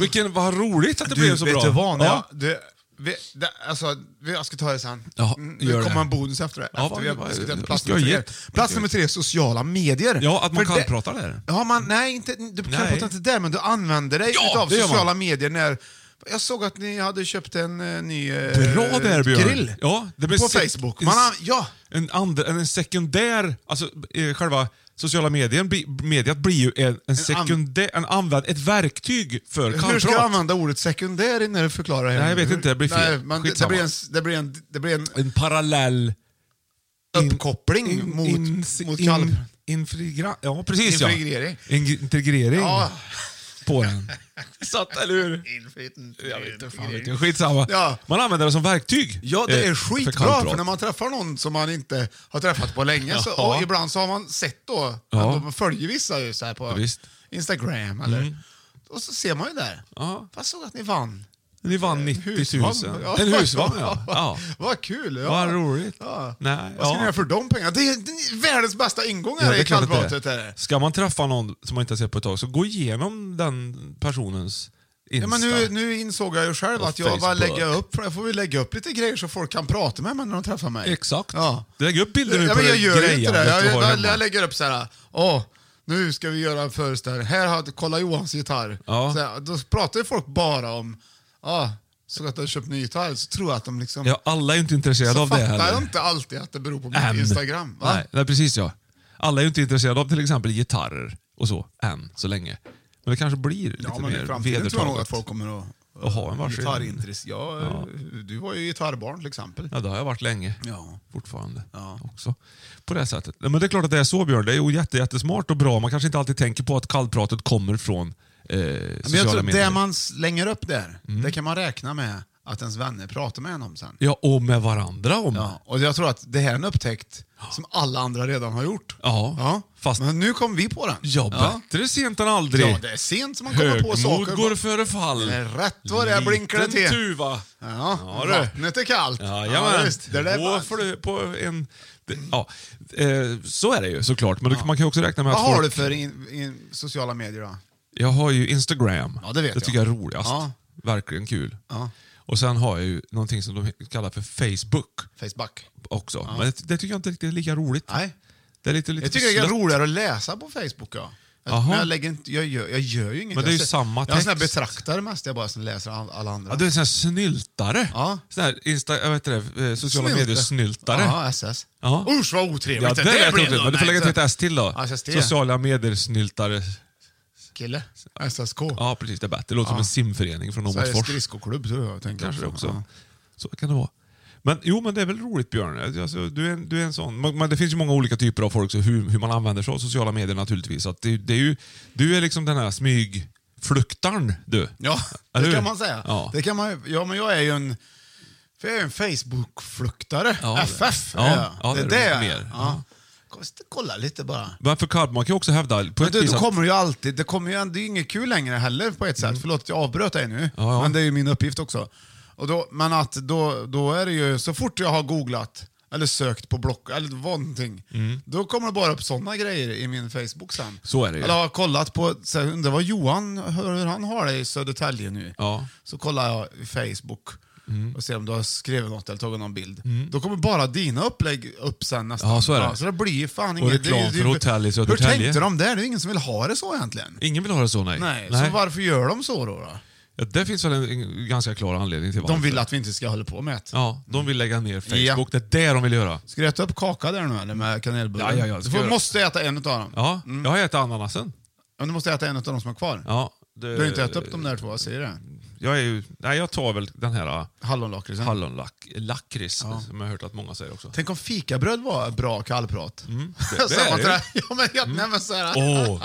Speaker 3: Vilken, vad roligt att det blev så
Speaker 2: vet
Speaker 3: bra.
Speaker 2: du vad? När jag,
Speaker 3: Ja.
Speaker 2: det, vi, det, alltså, vi, jag ska ta det sen.
Speaker 3: Ja,
Speaker 2: Mm,
Speaker 3: gör
Speaker 2: det
Speaker 3: det.
Speaker 2: kommer en bonus efter det.
Speaker 3: Ja,
Speaker 2: efter vi har
Speaker 3: vad- vad-
Speaker 2: diskuterat
Speaker 3: vad
Speaker 2: plats
Speaker 3: ska jag
Speaker 2: nummer tre.
Speaker 3: ge?
Speaker 2: Plats nummer tre, sociala medier.
Speaker 3: Ja, att man
Speaker 2: För det-
Speaker 3: kallpratar där.
Speaker 2: Ja, man, nej, inte, du
Speaker 3: Nej.
Speaker 2: kallpratar inte där, men du använder dig
Speaker 3: Ja,
Speaker 2: utav
Speaker 3: det gör man.
Speaker 2: sociala medier när... Jag såg att ni hade köpt en eh, ny eh,
Speaker 3: Bra där Björn.
Speaker 2: grill
Speaker 3: Ja, det blir
Speaker 2: på
Speaker 3: se-
Speaker 2: Facebook. Man har, ja,
Speaker 3: en, andra, en sekundär, alltså eh, själva sociala medien, bli, mediet blir ju en, en sekundär, en använd, ett verktyg för
Speaker 2: hur ska jag
Speaker 3: kallprat.
Speaker 2: använda ordet sekundär när du förklarar? henne?
Speaker 3: Nej, jag vet inte, det blir fel.
Speaker 2: Nej, men det, det
Speaker 3: Skitsamma.
Speaker 2: blir en, det blir en, det blir en
Speaker 3: En parallell...
Speaker 2: uppkoppling mot, mot kalv.
Speaker 3: infrigra, ja, precis ja.
Speaker 2: Infrigrering.
Speaker 3: Ing- integrering
Speaker 2: Ja.
Speaker 3: på den. Satt, eller hur? Jag vet inte, fan vet jag. Skitsamma.
Speaker 2: Ja.
Speaker 3: Man använder det som verktyg.
Speaker 2: Ja, det
Speaker 3: eh, för
Speaker 2: är skitbra,
Speaker 3: kallprat.
Speaker 2: för när man träffar någon som man inte har träffat på länge, så,
Speaker 3: Ja.
Speaker 2: och ibland så har man sett då,
Speaker 3: Ja.
Speaker 2: att de följer vissa ju så här på
Speaker 3: visst. Mm.
Speaker 2: Instagram eller... Och så ser man ju där.
Speaker 3: Ja.
Speaker 2: Fast såg att ni vann.
Speaker 3: Ni
Speaker 2: Eh,
Speaker 3: vann 90 000.
Speaker 2: Ja.
Speaker 3: En husvagn, ja. ja.
Speaker 2: Vad kul! Ja.
Speaker 3: Vad roligt.
Speaker 2: Ja.
Speaker 3: Nej,
Speaker 2: Vad ska
Speaker 3: ja.
Speaker 2: ni göra för de pengarna? Det är, det är världens bästa ingång
Speaker 3: Ja,
Speaker 2: här
Speaker 3: det är
Speaker 2: i
Speaker 3: klart att det är.
Speaker 2: kallpratet. är det.
Speaker 3: Ska man träffa någon som man inte har sett på ett tag, så gå igenom den personens Insta.
Speaker 2: Ja, men nu, nu insåg jag ju själv
Speaker 3: Och
Speaker 2: att jag bara
Speaker 3: Facebook.
Speaker 2: lägger upp, jag får vi lägga upp lite grejer så folk kan prata med mig när de träffar mig.
Speaker 3: Exakt.
Speaker 2: Ja.
Speaker 3: Lägg upp bilder nu
Speaker 2: ja,
Speaker 3: på
Speaker 2: men jag
Speaker 3: det
Speaker 2: gör ju inte
Speaker 3: grejandet
Speaker 2: det. Jag,
Speaker 3: du har
Speaker 2: jag,
Speaker 3: hemma.
Speaker 2: jag lägger upp så här. åh, nu ska vi göra en föreställning. Här har kolla Johans gitarr.
Speaker 3: Ja.
Speaker 2: Så här, då pratar ju folk bara om, ja, såg att du har köpt ny gitarr, så tror jag att de liksom...
Speaker 3: Ja, alla är ju inte intresserade
Speaker 2: så
Speaker 3: av det
Speaker 2: fattar
Speaker 3: heller.
Speaker 2: jag inte alltid att det beror på mitt
Speaker 3: Än.
Speaker 2: Instagram. Va?
Speaker 3: Nej, nej, precis ja. Alla är ju inte intresserade av till exempel gitarrer och så, än så länge. Men det kanske blir lite
Speaker 2: Ja, men i
Speaker 3: mer
Speaker 2: framtiden tror jag nog att
Speaker 3: vedertaget.
Speaker 2: folk kommer att...
Speaker 3: Att ha en varsin.
Speaker 2: Gitarrintresse. Ja, Du var ju gitarrbarn till exempel.
Speaker 3: Ja, det har jag varit länge.
Speaker 2: Ja.
Speaker 3: Fortfarande.
Speaker 2: Ja.
Speaker 3: Också. På det sättet. Nej, Men det är klart att det är så Björn. Det är ju jätte, jättesmart och bra. Man kanske inte alltid tänker på att kallpratet kommer från eh,
Speaker 2: Men jag
Speaker 3: sociala
Speaker 2: tror
Speaker 3: medier. Mm.
Speaker 2: det man slänger upp där, det kan man räkna med att ens vänner pratar med en om sen.
Speaker 3: Ja, och med varandra om.
Speaker 2: Ja, och jag tror att det här är en upptäckt som alla andra redan har gjort.
Speaker 3: Ja, fast-
Speaker 2: Men nu kom vi på den.
Speaker 3: Ja, bättre sent än aldrig.
Speaker 2: ja, det är sent som man kommer på
Speaker 3: Högmod
Speaker 2: saker.
Speaker 3: går före fall.
Speaker 2: Men rätt vad det är blinkar det
Speaker 3: Liten
Speaker 2: till.
Speaker 3: tuva.
Speaker 2: Ja,
Speaker 3: Ja, du.
Speaker 2: vattnet är kallt.
Speaker 3: Jajamän.
Speaker 2: visst. det där
Speaker 3: Gå
Speaker 2: var...
Speaker 3: för det på en... det- Ja, eh, så är det ju såklart. Men du- man kan ju också räkna med
Speaker 2: Vad
Speaker 3: att
Speaker 2: har du
Speaker 3: folk-
Speaker 2: för in, in sociala medier då?
Speaker 3: Jag har ju Instagram.
Speaker 2: Ja, det vet
Speaker 3: Det
Speaker 2: jag.
Speaker 3: tycker jag är roligast.
Speaker 2: Ja.
Speaker 3: Verkligen kul.
Speaker 2: Ja.
Speaker 3: Och sen har jag ju någonting som de kallar för Facebook
Speaker 2: Facebook?
Speaker 3: också. Men det, det tycker jag inte riktigt är lika roligt.
Speaker 2: Nej.
Speaker 3: Det är lite, lite
Speaker 2: Jag tycker det är
Speaker 3: slött.
Speaker 2: roligare att läsa på Facebook. Ja. Jag,
Speaker 3: Jaha.
Speaker 2: men jag, lägger inte, jag, gör, jag gör ju inget.
Speaker 3: Men det är ju
Speaker 2: jag, ser-
Speaker 3: samma
Speaker 2: Jag är en sån här
Speaker 3: text.
Speaker 2: betraktare mest, jag bara som läser all, alla andra.
Speaker 3: Ja, du är en sån här snyltare.
Speaker 2: Ja.
Speaker 3: Sån här Insta, jag vet inte det, eh, sociala
Speaker 2: Snylte.
Speaker 3: medier-snyltare.
Speaker 2: Ja, SS.
Speaker 3: Ja.
Speaker 2: Usch vad otrevligt
Speaker 3: Ja, det lät
Speaker 2: blev
Speaker 3: roligt. Men du får
Speaker 2: Nej,
Speaker 3: lägga till ett
Speaker 2: så-
Speaker 3: S till då.
Speaker 2: Ja, SS.
Speaker 3: Sociala medier-snyltare.
Speaker 2: Kille. SSK.
Speaker 3: Ja, precis. Det är bättre. Det låter som en simförening från
Speaker 2: Så är det
Speaker 3: Åmotfors.
Speaker 2: skridskoklubb tror jag. jag tänker
Speaker 3: Kanske det också.
Speaker 2: Ja.
Speaker 3: Så kan det vara. Men jo, men det är väl roligt Björn. Alltså, du, är en, du är en sån. Men, men det finns ju många olika typer av folk, så hur, hur man använder sig av sociala medier naturligtvis. Så Att det, det är ju, du är liksom den här smyg... fluktarn, du.
Speaker 2: Ja,
Speaker 3: Eller
Speaker 2: det
Speaker 3: hur?
Speaker 2: kan man säga.
Speaker 3: Ja.
Speaker 2: Det kan man, ju- ja, men jag är ju en, för jag är en Facebook-fluktare.
Speaker 3: Ja, det-
Speaker 2: FF
Speaker 3: ja,
Speaker 2: är jag.
Speaker 3: ja,
Speaker 2: det är
Speaker 3: det
Speaker 2: det
Speaker 3: är
Speaker 2: jag
Speaker 3: du
Speaker 2: är.
Speaker 3: mer.
Speaker 2: Ja. Jag måste Kolla lite bara.
Speaker 3: Men för Karl, man kan ju också hävda på
Speaker 2: Men
Speaker 3: ett
Speaker 2: du,
Speaker 3: vis
Speaker 2: då
Speaker 3: att...
Speaker 2: kommer ju alltid, det kommer ju det är ju inget kul längre heller på ett sätt. Förlåt att jag avbröt dig nu,
Speaker 3: Mm. Ja, ja.
Speaker 2: men det är ju min uppgift också. Och då, men att då, då är det ju, så fort jag har googlat eller sökt på Block eller vad någonting, då kommer det bara upp sådana grejer i min Facebook sen.
Speaker 3: Mm. Så är det ju.
Speaker 2: Eller har kollat på, så här, undrar vad Johan, hur hur han har det i Södertälje nu.
Speaker 3: Ja. Mm.
Speaker 2: Så kollar jag i Facebook och ser om du har skrivit något eller tagit någon bild. Då kommer bara dina upplägg upp sen nästan.
Speaker 3: Ja, så är det.
Speaker 2: så det blir ju fan
Speaker 3: Och
Speaker 2: inget.
Speaker 3: reklam
Speaker 2: det är ju- det är ju-
Speaker 3: för hotell i Södertälje.
Speaker 2: Hur tänkte de om det? Det är ju ingen som vill ha det så egentligen.
Speaker 3: Ingen vill ha det så, nej.
Speaker 2: Nej, så varför gör de så då? då?
Speaker 3: Ja, det finns väl en, en ganska klar anledning till varför.
Speaker 2: De vill att vi inte ska hålla på med det.
Speaker 3: Ja, de vill lägga ner Facebook.
Speaker 2: Ja.
Speaker 3: Det är det de vill göra.
Speaker 2: Ska du äta upp kaka där nu eller med kanelbullar?
Speaker 3: Ja, ja, ja, det
Speaker 2: Du
Speaker 3: ska
Speaker 2: får,
Speaker 3: jag göra.
Speaker 2: måste äta en utav dem.
Speaker 3: Ja, jag har ätit ananasen.
Speaker 2: Men du måste äta en utav dem som är kvar.
Speaker 3: Ja,
Speaker 2: Du har inte ätit upp de där två, jag säger det.
Speaker 3: Jag är ju... Nej, jag tar väl den här äh,
Speaker 2: Hallonlakritsen.
Speaker 3: hallonlack- lakrits som jag har hört att många säger också.
Speaker 2: Tänk om fikabröd var bra kallprat.
Speaker 3: Mm. det
Speaker 2: Så
Speaker 3: är
Speaker 2: man
Speaker 3: det. Mm.
Speaker 2: trä- ja, men, ja, nej, men så här.
Speaker 3: Åh,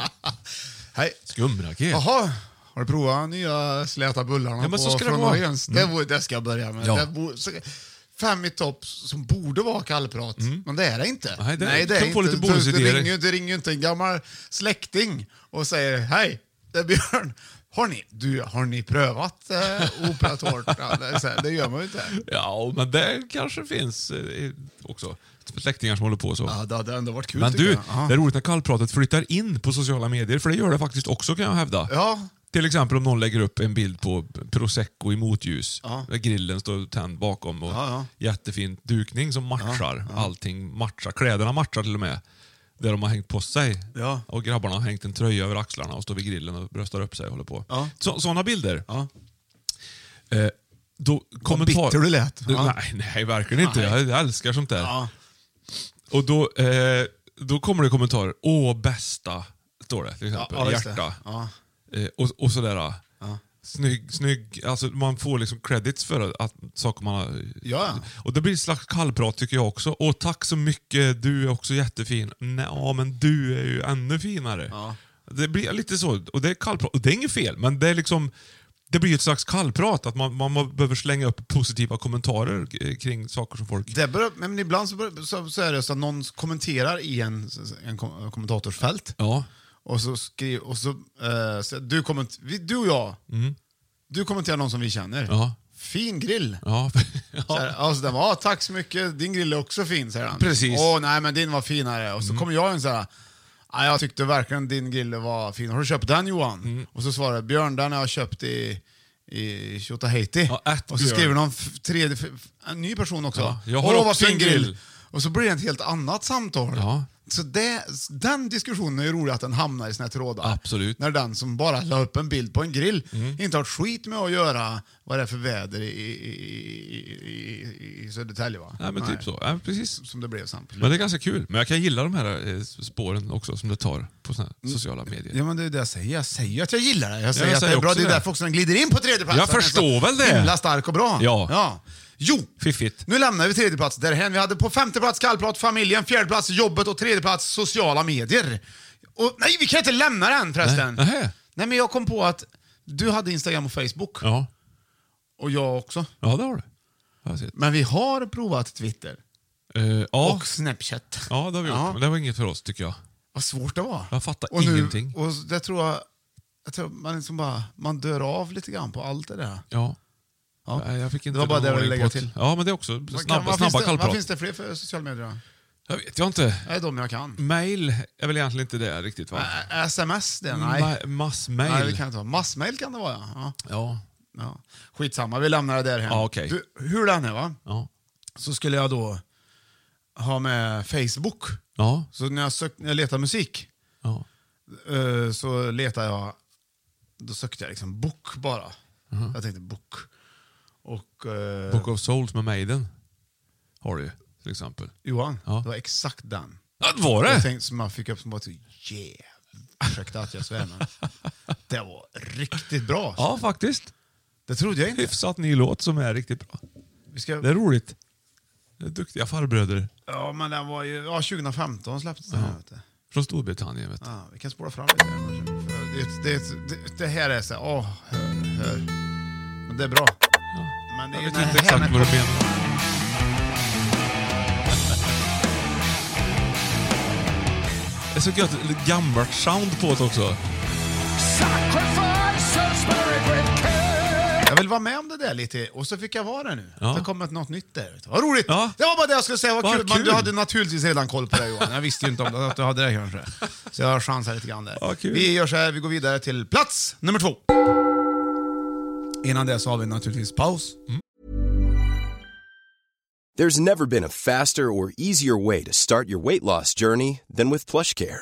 Speaker 2: Hej.
Speaker 3: skumraket.
Speaker 2: Jaha, har du provat nya släta bullarna
Speaker 3: Ja, men så
Speaker 2: på
Speaker 3: ska det
Speaker 2: från
Speaker 3: vara. Mm.
Speaker 2: Åhléns? Det, vore- det ska jag börja med.
Speaker 3: Ja.
Speaker 2: Det vore- så- Fem i topp som borde vara kallprat, men det är det inte.
Speaker 3: Mm. Nej, det- kan få lite
Speaker 2: Du- du,
Speaker 3: bonusidéer.
Speaker 2: ringer, ju- du ringer ju inte en gammal släkting och säger hej, det är Björn. Har ni, du, har ni prövat eh, operatårta? Det är så här, det gör man ju inte.
Speaker 3: Ja, men det kanske finns eh, också. Släktingar som håller på så.
Speaker 2: Ja, det hade ändå varit kul
Speaker 3: Men
Speaker 2: tycker
Speaker 3: du,
Speaker 2: jag. Ja.
Speaker 3: det är roligt när kallpratet flyttar in på sociala medier, för det gör det faktiskt också kan jag hävda.
Speaker 2: Ja.
Speaker 3: Till exempel om någon lägger upp en bild på prosecco i motljus, där grillen står tänd bakom och
Speaker 2: Ja, ja.
Speaker 3: jättefin dukning som matchar. Allting matchar. Kläderna matchar till och med. Där de har hängt på sig.
Speaker 2: Ja.
Speaker 3: Och grabbarna har hängt en tröja över axlarna och står vid grillen och bröstar upp sig och håller på.
Speaker 2: Ja.
Speaker 3: Sådana bilder. Eh, då, kommentar...
Speaker 2: bitter du lät. Ja.
Speaker 3: Nej, nej, verkligen inte. Jag älskar sånt där.
Speaker 2: Ja.
Speaker 3: Och då, eh, då kommer det kommentarer. Åh, bästa, står det till exempel.
Speaker 2: Ja, ja, just det.
Speaker 3: Hjärta.
Speaker 2: Ja.
Speaker 3: Eh, och, och sådär. Snygg, snygg. Alltså, man får liksom credits för att, saker man har...
Speaker 2: Ja.
Speaker 3: Och det blir ett slags kallprat tycker jag också. Åh, tack så mycket. Du är också jättefin. Nej, ja, men du är ju ännu finare. Det blir lite så. Och det är kallprat. Och det är inget fel, men det är liksom... Det blir ett slags kallprat, att man, man behöver slänga upp positiva kommentarer eh, kring saker som folk...
Speaker 2: Det beror, men ibland så, beror, så, så är det så att någon kommenterar i en, en kom- kommentatorsfält.
Speaker 3: Ja.
Speaker 2: Och så skriv, och så, eh, så du, komment, vi, du och jag, du kommenterar någon som vi känner.
Speaker 3: Ja.
Speaker 2: Fin grill.
Speaker 3: Ja.
Speaker 2: Så här, alltså den var, "Ah, tack så mycket, din grill är också fin, säger han.
Speaker 3: Precis. Mm.
Speaker 2: Åh nej men din var finare. Och så kommer jag in så här. "Ah, jag tyckte verkligen din grill var fin. Har du köpt den Johan?
Speaker 3: Mm.
Speaker 2: Och så svarar jag, Björn, den har jag köpt i i Tjotahejti.
Speaker 3: Ja, ett
Speaker 2: och så
Speaker 3: Björn.
Speaker 2: skriver någon f- tredje, f- en ny person också.
Speaker 3: Ja, jag har
Speaker 2: Åh, vad
Speaker 3: också
Speaker 2: fin
Speaker 3: en grill."
Speaker 2: Och så blir det ett helt annat samtal.
Speaker 3: Ja.
Speaker 2: Så det, den diskussionen är ju rolig att den hamnar i sina trådar.
Speaker 3: Absolut.
Speaker 2: När den som bara la upp en bild på en grill
Speaker 3: Mm.
Speaker 2: inte har ett skit med att göra vad det är för väder i, i, i, i, i Södertälje va?
Speaker 3: Nej, men typ så. Ja, precis.
Speaker 2: Som det blev samt.
Speaker 3: Men det är ganska kul. Men jag kan gilla de här eh, spåren också som det tar på såna här sociala medier.
Speaker 2: Mm. Ja men det är det jag säger. Jag säger ju att jag gillar det. Jag säger
Speaker 3: jag
Speaker 2: att det
Speaker 3: säger
Speaker 2: är bra.
Speaker 3: också
Speaker 2: Det är
Speaker 3: det.
Speaker 2: därför också den glider in på tredje plats.
Speaker 3: Jag
Speaker 2: För den är
Speaker 3: förstår
Speaker 2: så
Speaker 3: väl det.
Speaker 2: Himla stark och bra.
Speaker 3: Ja.
Speaker 2: ja. Jo,
Speaker 3: Fiffigt.
Speaker 2: nu lämnar vi tredje plats därhän. Vi hade på femte plats kallprat, familjen, fjärde plats jobbet och tredje plats sociala medier. Och, nej, vi kan inte lämna den förresten.
Speaker 3: Nej, nähä.
Speaker 2: nej men jag kom på att du hade Instagram och Facebook.
Speaker 3: Ja.
Speaker 2: Och jag också.
Speaker 3: ja, det har du. Har jag sett.
Speaker 2: Men vi har provat Twitter
Speaker 3: Eh, ja.
Speaker 2: och Snapchat.
Speaker 3: ja, det har vi gjort. Men det var inget för oss tycker jag.
Speaker 2: Vad svårt det var.
Speaker 3: Jag fattar
Speaker 2: och nu,
Speaker 3: ingenting.
Speaker 2: Och det tror jag, jag tror man, liksom bara, man dör av lite grann på allt det där.
Speaker 3: Ja.
Speaker 2: Ja.
Speaker 3: Nej, jag fick inte
Speaker 2: det var bara
Speaker 3: någon
Speaker 2: det jag ville
Speaker 3: ordning
Speaker 2: lägga
Speaker 3: på att-
Speaker 2: till.
Speaker 3: Ja, men det är också
Speaker 2: Vad kan-
Speaker 3: snabba, snabba
Speaker 2: vad finns det, Vad
Speaker 3: kallprat.
Speaker 2: finns det fler för sociala medier? då?
Speaker 3: Jag vet jag inte.
Speaker 2: Det är de jag
Speaker 3: Mm.
Speaker 2: kan.
Speaker 3: Mail är väl egentligen inte det riktigt va?
Speaker 2: Ä- Sms det? Nej.
Speaker 3: Ma- massmail.
Speaker 2: Nej, det kan inte vara. Massmail kan det vara, ja. ja.
Speaker 3: Ja.
Speaker 2: ja. Skitsamma, vi lämnar det där hem.
Speaker 3: Ja, okej.
Speaker 2: du, hur den är, va?
Speaker 3: Ja.
Speaker 2: så skulle jag då ha med Facebook.
Speaker 3: Ja.
Speaker 2: Så när jag, sök, när jag letar musik
Speaker 3: ja.
Speaker 2: eh, så letar jag, då sökte jag liksom bok bara.
Speaker 3: Mhm.
Speaker 2: Jag tänkte bok. Och eh,
Speaker 3: Book of Souls med Maiden har du ju till exempel.
Speaker 2: Johan,
Speaker 3: Ja.
Speaker 2: det var exakt den.
Speaker 3: Ja, det var
Speaker 2: Jag
Speaker 3: det!
Speaker 2: tänkte som jag fick upp som bara så yeah. Ursäkta att jag svär men det var riktigt bra.
Speaker 3: Ja, faktiskt.
Speaker 2: Det trodde jag inte.
Speaker 3: Hyfsat ny låt som är riktigt bra.
Speaker 2: Vi ska,
Speaker 3: Det är roligt. Det är duktiga farbröder.
Speaker 2: Ja, men den var ju... Ja, 2015 släpptes den. här, vet du.
Speaker 3: Från Storbritannien. Vet du.
Speaker 2: Ja, vi kan spåra fram lite. här kanske. För Det, det, det, det här är så här, åh, hör, hör. Men det är bra. Men det är
Speaker 3: Jag vet
Speaker 2: den
Speaker 3: inte
Speaker 2: här
Speaker 3: exakt
Speaker 2: med-
Speaker 3: vad du menar. Det är så gött lite gammalt sound på det också.
Speaker 2: Jag vill vara med om det där lite och så fick jag vara det nu.
Speaker 3: Ja.
Speaker 2: Det kom ett något nytt där. Vad roligt!
Speaker 3: Ja.
Speaker 2: Det var bara det jag skulle säga, vad
Speaker 3: Vad
Speaker 2: kul. Men du
Speaker 3: kul.
Speaker 2: hade naturligtvis redan koll på det Johan. Jag visste ju inte om det, att du hade det kanske. Så jag chansar lite grann där.
Speaker 3: Ja, kul.
Speaker 2: vi gör så här, vi går vidare till plats nummer två. Innan det så har vi naturligtvis paus.
Speaker 1: There's never been a faster or easier way to start your weight loss journey than with PlushCare.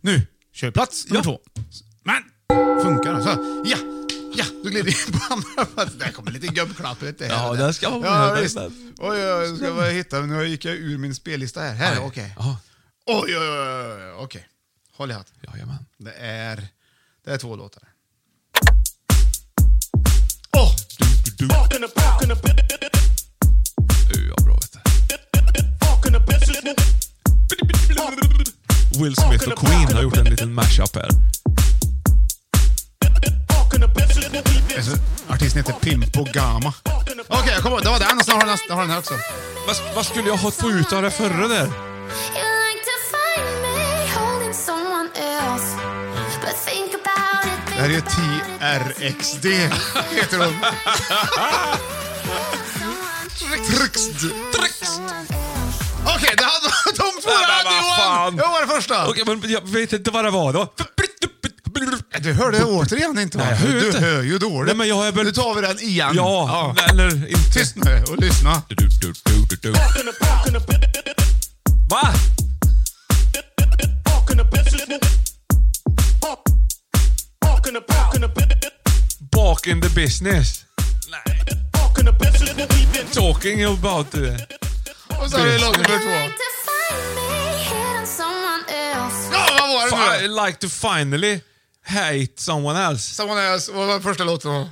Speaker 2: Nu kör vi plats nummer två. Men, funkar det? Så, ja, ja, du glider in på andra plats. Där kommer lite gubbklapp ut det här.
Speaker 3: Ja, där ska man
Speaker 2: ja,
Speaker 3: vara med.
Speaker 2: visst. Oj, oj, jag ska bara hitta. Nu gick jag ur min spellista här. Här, okej.
Speaker 3: Ja,
Speaker 2: Oj, oj, oj, oj, oj, okej. Håll i hatten.
Speaker 3: jajamän.
Speaker 2: Det är, det är två låtar. Åh!
Speaker 3: Du, du. Ja, bra vet du. Will Smith och Queen har gjort en liten mashup här.
Speaker 2: Alltså, artisten heter Pimpo Gama. Okej, jag kommer ihåg. Det var den och sen har den, har den här också.
Speaker 3: Vad, vad skulle jag ha fått ut av det förra där?
Speaker 8: You like to find me holding someone else. But think about it.
Speaker 2: Det här är ju TRXD, heter hon. Trixd. Okej, det hade de två
Speaker 3: Nej, men
Speaker 2: hade
Speaker 3: vad
Speaker 2: Johan!
Speaker 3: fan.
Speaker 2: Det var det första.
Speaker 3: Okej, men jag vet inte vad det var då.
Speaker 2: Du hörde återigen inte va?
Speaker 3: Nej, jag hör
Speaker 2: du
Speaker 3: inte.
Speaker 2: hör ju dåligt.
Speaker 3: Nej, men jag har väl-
Speaker 2: Nu tar vi den igen.
Speaker 3: Ja, eller inte.
Speaker 2: Tyst nu och lyssna.
Speaker 3: Du, du, du, du, du. Va? Back in the business. Nej. Talking about uh, det.
Speaker 2: Och så är det låt nummer två.
Speaker 8: To find me hitting someone else.
Speaker 2: Ja, vad var det nu då?
Speaker 3: I like to finally hate someone else.
Speaker 2: Someone else, vad var första låten? då?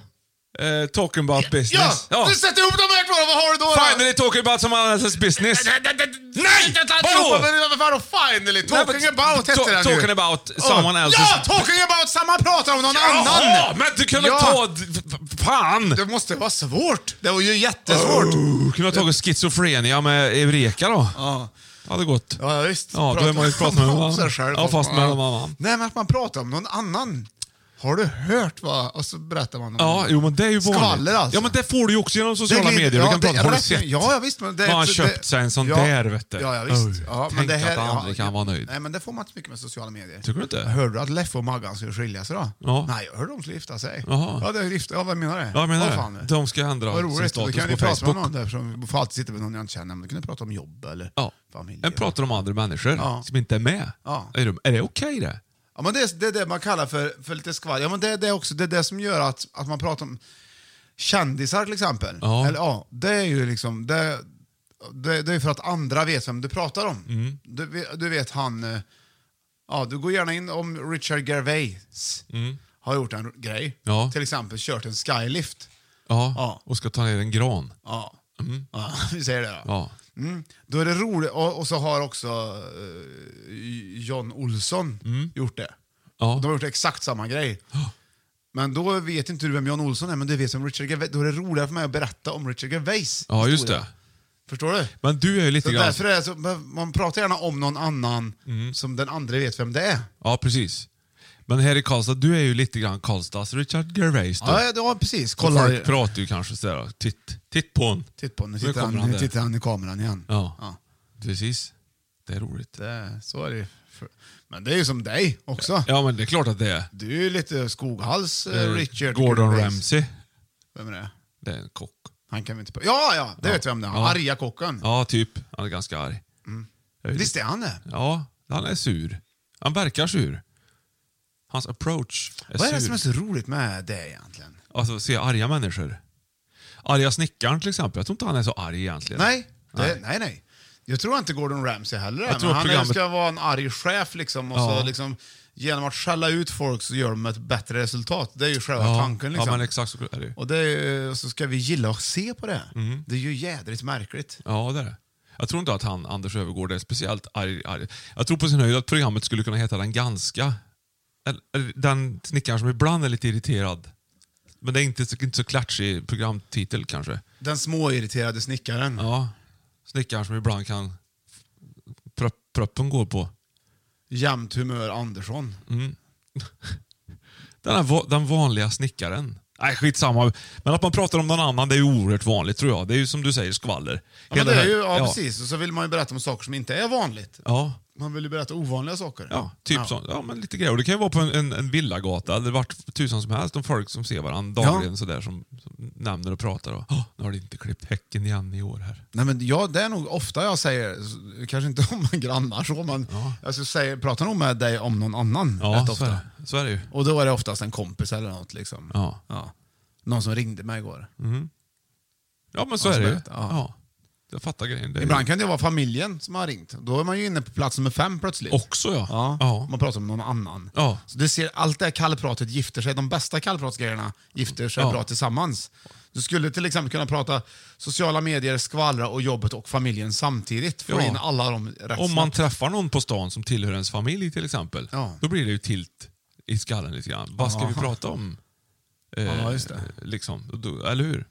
Speaker 3: Eh, talking about
Speaker 2: Ja!
Speaker 3: business.
Speaker 2: Du sätter ihop de här två, vad har du då? då?
Speaker 3: Finally talking about someone else's business.
Speaker 2: Nej!
Speaker 3: Hallå!
Speaker 2: Vadå? Vadå finally? Talking
Speaker 3: Nej, men-
Speaker 2: about hette
Speaker 3: ta-
Speaker 2: den ju.
Speaker 3: talking about
Speaker 2: Ja.
Speaker 3: someone else's-
Speaker 2: Ja! Talking about! Samma pratar om någon
Speaker 3: Jaha,
Speaker 2: annan!
Speaker 3: men du kunde
Speaker 2: Ja.
Speaker 3: ta... Fan!
Speaker 2: Det måste vara svårt. Det var ju jättesvårt.
Speaker 3: Du kunde ha tagit schizofrenia med Eureka då.
Speaker 2: Ja.
Speaker 3: Det hade gått.
Speaker 2: Ja, visst.
Speaker 3: Ja, då är man ju pratar med någon
Speaker 2: om sig
Speaker 3: annan.
Speaker 2: själv.
Speaker 3: Ja, fast med någon annan.
Speaker 2: Nej, men att man pratar om någon annan. Har du hört vad... Och så berättar man om
Speaker 3: Ja, jo, men det är ju vanligt.
Speaker 2: Skvaller alltså.
Speaker 3: Ja, men det får du ju också genom
Speaker 2: Det
Speaker 3: sociala
Speaker 2: glider-
Speaker 3: medier. Du kan
Speaker 2: det-
Speaker 3: prata, har du
Speaker 2: det-
Speaker 3: sett?
Speaker 2: Ja, ja, visst. Men det,
Speaker 3: Vad han
Speaker 2: det-
Speaker 3: köpt sig en sån där, vet du.
Speaker 2: Ja, ja, visst.
Speaker 3: Oj,
Speaker 2: ja, men
Speaker 3: tänk
Speaker 2: det här,
Speaker 3: att han aldrig
Speaker 2: ja,
Speaker 3: kan vara nöjd.
Speaker 2: Nej, men det får man inte så mycket med sociala medier.
Speaker 3: Tycker du inte?
Speaker 2: Hörde du att Leffe och Maggan skulle skilja sig då?
Speaker 3: Ja.
Speaker 2: Nej, jag hörde de skulle gifta sig.
Speaker 3: Jaha.
Speaker 2: Ja, det är gift, ja, vad menar du?
Speaker 3: Ja, jag menar
Speaker 2: Vad
Speaker 3: det.
Speaker 2: fan är det?
Speaker 3: De ska ändra
Speaker 2: Vad
Speaker 3: sin
Speaker 2: roligt. Då
Speaker 3: status
Speaker 2: kan jag ju
Speaker 3: på
Speaker 2: prata med
Speaker 3: Facebook.
Speaker 2: någon där, eftersom jag får alltid sitta med någon jag inte känner. Men då kan jag prata om jobb eller
Speaker 3: Ja.
Speaker 2: familj.
Speaker 3: Men prata om andra människor
Speaker 2: Ja.
Speaker 3: som inte är med.
Speaker 2: Ja.
Speaker 3: Är, de, är det okej det?
Speaker 2: Ja, men det, är- det är det man kallar för, för lite skvaller. Ja, men det, det är också det, är det som gör att, att man pratar om... kändisar till exempel.
Speaker 3: Ja.
Speaker 2: Eller, ja, det är ju liksom... Det, det, det är för att andra vet vem du pratar om.
Speaker 3: Mm.
Speaker 2: Du, ve- du vet han... eh, Ja, du går gärna in om Richard Gervais har gjort en grej.
Speaker 3: Mm. Ja.
Speaker 2: Till exempel kört en skylift.
Speaker 3: Ja.
Speaker 2: Ja.
Speaker 3: Och ska ta ner en gran.
Speaker 2: Ja. ja vi säger det. då.
Speaker 3: Mm. Ja.
Speaker 2: Mm. Då är det roligt. Och, och så har också eh, John Olsson gjort det.
Speaker 3: Mm. Ja.
Speaker 2: De har gjort exakt samma grej. Men då vet inte du vem John Olsson är, men du vet vem Richard Gervais Då är det roligare för mig att berätta om Richard Gervais.
Speaker 3: ja, just
Speaker 2: historia.
Speaker 3: det.
Speaker 2: Förstår du?
Speaker 3: Men du är ju
Speaker 2: Så
Speaker 3: lite grann...
Speaker 2: därför är det så, man pratar gärna om någon annan
Speaker 3: Mm.
Speaker 2: som den andra vet vem det är.
Speaker 3: Ja, precis. Men här i Karlstad, du är ju lite grann Karlstads Richard Gervais. Då.
Speaker 2: Ja, ja, ja precis.
Speaker 3: Kolla.
Speaker 2: Kolla.
Speaker 3: Folk pratar ju kanske sådär, titt, titt på hon.
Speaker 2: Titt på honom. Nu
Speaker 3: Nu
Speaker 2: tittar han,
Speaker 3: kommer han
Speaker 2: nu
Speaker 3: där.
Speaker 2: tittar han i kameran igen.
Speaker 3: Ja.
Speaker 2: Ja.
Speaker 3: Precis. Det är roligt.
Speaker 2: Det, så är det ju. För- Men det är ju som dig också.
Speaker 3: Ja, men det är klart att det är.
Speaker 2: Du är ju lite Skoghals, eh,
Speaker 3: Eh,
Speaker 2: Richard.
Speaker 3: Gordon
Speaker 2: Gervais.
Speaker 3: Ramsay.
Speaker 2: Vem är det?
Speaker 3: Det är en kock.
Speaker 2: Han kan vi inte... Ja, ja, det vet vi vem det är.
Speaker 3: Ja.
Speaker 2: Arga kocken.
Speaker 3: Ja, typ. Han är ganska arg. Jag vet
Speaker 2: Mm. Visst är han det?
Speaker 3: Ja, han är sur. Han verkar sur. Hans approach är
Speaker 2: Vad är det
Speaker 3: sur.
Speaker 2: som är så roligt med det egentligen?
Speaker 3: Alltså, se arga människor. Arga snickaren till exempel. Jag tror inte han är så arg egentligen.
Speaker 2: Nej, det, nej.
Speaker 3: Nej.
Speaker 2: nej, Jag tror inte Gordon Ramsay heller är,
Speaker 3: Jag tror
Speaker 2: men han
Speaker 3: programmet-
Speaker 2: ska vara en arg chef liksom. Och
Speaker 3: Ja.
Speaker 2: så liksom genom att skälla ut folk så gör de ett bättre resultat. Det är ju själva
Speaker 3: Ja,
Speaker 2: tanken. Liksom.
Speaker 3: ja, men exakt så är det ju.
Speaker 2: och det är, ju- och så ska vi gilla att se på det.
Speaker 3: Mm.
Speaker 2: Det är ju jädrigt märkligt.
Speaker 3: Ja, det är det. Jag tror inte att han, Anders Öfvergård, är speciellt arg, arg. Jag tror på sin höjd att programmet skulle kunna heta Den ganska. Eller, eller den snickaren som ibland är lite irriterad. Men det är inte så, inte så klatschig programtitel kanske.
Speaker 2: Den småirriterade snickaren.
Speaker 3: Ja, snickaren som ibland kan... Prö- Pröppen går på.
Speaker 2: Jämt humör
Speaker 3: Mm.
Speaker 2: Andersson.
Speaker 3: Den, här, va- den vanliga snickaren. Nej, skitsamma. Men att man pratar om någon annan, det är ju oerhört vanligt tror jag. Det är ju som du säger, skvaller.
Speaker 2: Ja, men
Speaker 3: Hela
Speaker 2: det är
Speaker 3: här-
Speaker 2: ju, ja, precis. Och så vill man ju berätta om saker som inte är vanligt.
Speaker 3: Ja,
Speaker 2: Man vill ju berätta ovanliga saker.
Speaker 3: ja typ
Speaker 2: Ja.
Speaker 3: sånt. Ja, men lite grejer. Och det kan ju vara på en, en, en villagata eller vart tusan som helst. De folk som ser varandra dagligen sådär som, som nämner och pratar. Och, "Åh, nu har du inte klippt häcken igen i år här.
Speaker 2: Nej, men ja, det är nog ofta jag säger, s- kanske inte om grannar så, men jag skulle säga, pratar nog med dig om någon annan
Speaker 3: Ja,
Speaker 2: rätt
Speaker 3: så
Speaker 2: ofta.
Speaker 3: är, det. så är det ju.
Speaker 2: Och då är det oftast en kompis eller något. Liksom.
Speaker 3: Ja. Mm.
Speaker 2: Någon som ringde mig igår.
Speaker 3: Ja, men så
Speaker 2: Ja,
Speaker 3: är
Speaker 2: så
Speaker 3: det
Speaker 2: är
Speaker 3: ju.
Speaker 2: det. Ja.
Speaker 3: Ja. Jag fattar grejen. Det är
Speaker 2: Ibland kan det vara familjen som har ringt. Då är man ju inne på plats nummer fem plötsligt.
Speaker 3: ju... Också ja.
Speaker 2: Ja,
Speaker 3: ja.
Speaker 2: Man pratar om någon annan.
Speaker 3: Ja.
Speaker 2: Så du ser, allt det här kallpratet gifter sig. De bästa kallpratsgrejerna gifter sig
Speaker 3: Ja.
Speaker 2: bra tillsammans. Du skulle till exempel kunna prata sociala medier, skvallra och jobbet och familjen samtidigt. Få
Speaker 3: Ja.
Speaker 2: in alla de
Speaker 3: Om
Speaker 2: rätt
Speaker 3: man
Speaker 2: snabbt.
Speaker 3: träffar någon på stan som tillhör ens familj till exempel,
Speaker 2: Ja.
Speaker 3: då blir det ju tilt i skallen lite grann. Vad ska vi prata om? Eh,
Speaker 2: Ja, just det.
Speaker 3: Liksom, Och då, eller hur?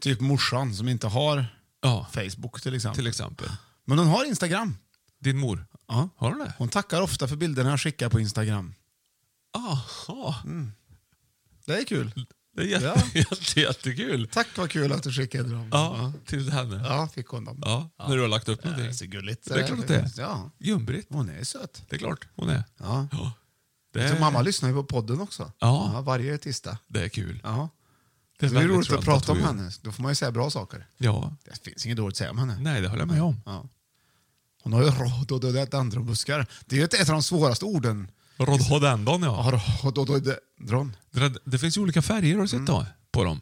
Speaker 2: Typ morsan som inte har
Speaker 3: Ja,
Speaker 2: Facebook till exempel.
Speaker 3: till exempel.
Speaker 2: Men hon har Instagram.
Speaker 3: Din mor?
Speaker 2: Ja.
Speaker 3: Har hon det?
Speaker 2: Hon tackar ofta för bilderna jag skickar på Instagram.
Speaker 3: Aha.
Speaker 2: Det är kul.
Speaker 3: Det är jätte,
Speaker 2: Mm. Ja.
Speaker 3: jätte, jättekul.
Speaker 2: Tack vad kul att du skickade dem.
Speaker 3: Ja, till henne. Ja.
Speaker 2: Ja, fick hon dem.
Speaker 3: När du har lagt upp
Speaker 2: Det
Speaker 3: någonting.
Speaker 2: är så gulligt.
Speaker 3: Det är klart att det är.
Speaker 2: Ja.
Speaker 3: Ljungbritt.
Speaker 2: Hon är söt.
Speaker 3: Det är klart hon är.
Speaker 2: Ja.
Speaker 3: Det,
Speaker 2: Så
Speaker 3: är
Speaker 2: mamma lyssnar ju på podden också.
Speaker 3: Ja.
Speaker 2: varje tisdag.
Speaker 3: det är kul.
Speaker 2: Ja.
Speaker 3: Det
Speaker 2: Så det är
Speaker 3: väldigt
Speaker 2: roligt
Speaker 3: skönt
Speaker 2: att prata om
Speaker 3: hon gör.
Speaker 2: henne. Då får man ju säga bra saker.
Speaker 3: Ja.
Speaker 2: Det finns inget dåligt att säga om henne.
Speaker 3: Nej, det håller jag med om.
Speaker 2: Ja. Hon har ju råd och dödat andra buskar. Det är ju ett ett av de svåraste orden.
Speaker 3: Rodhodendon ja.
Speaker 2: Råd och dödat
Speaker 3: Det, det finns ju olika färger har du sett
Speaker 2: Mm.
Speaker 3: då, på dem.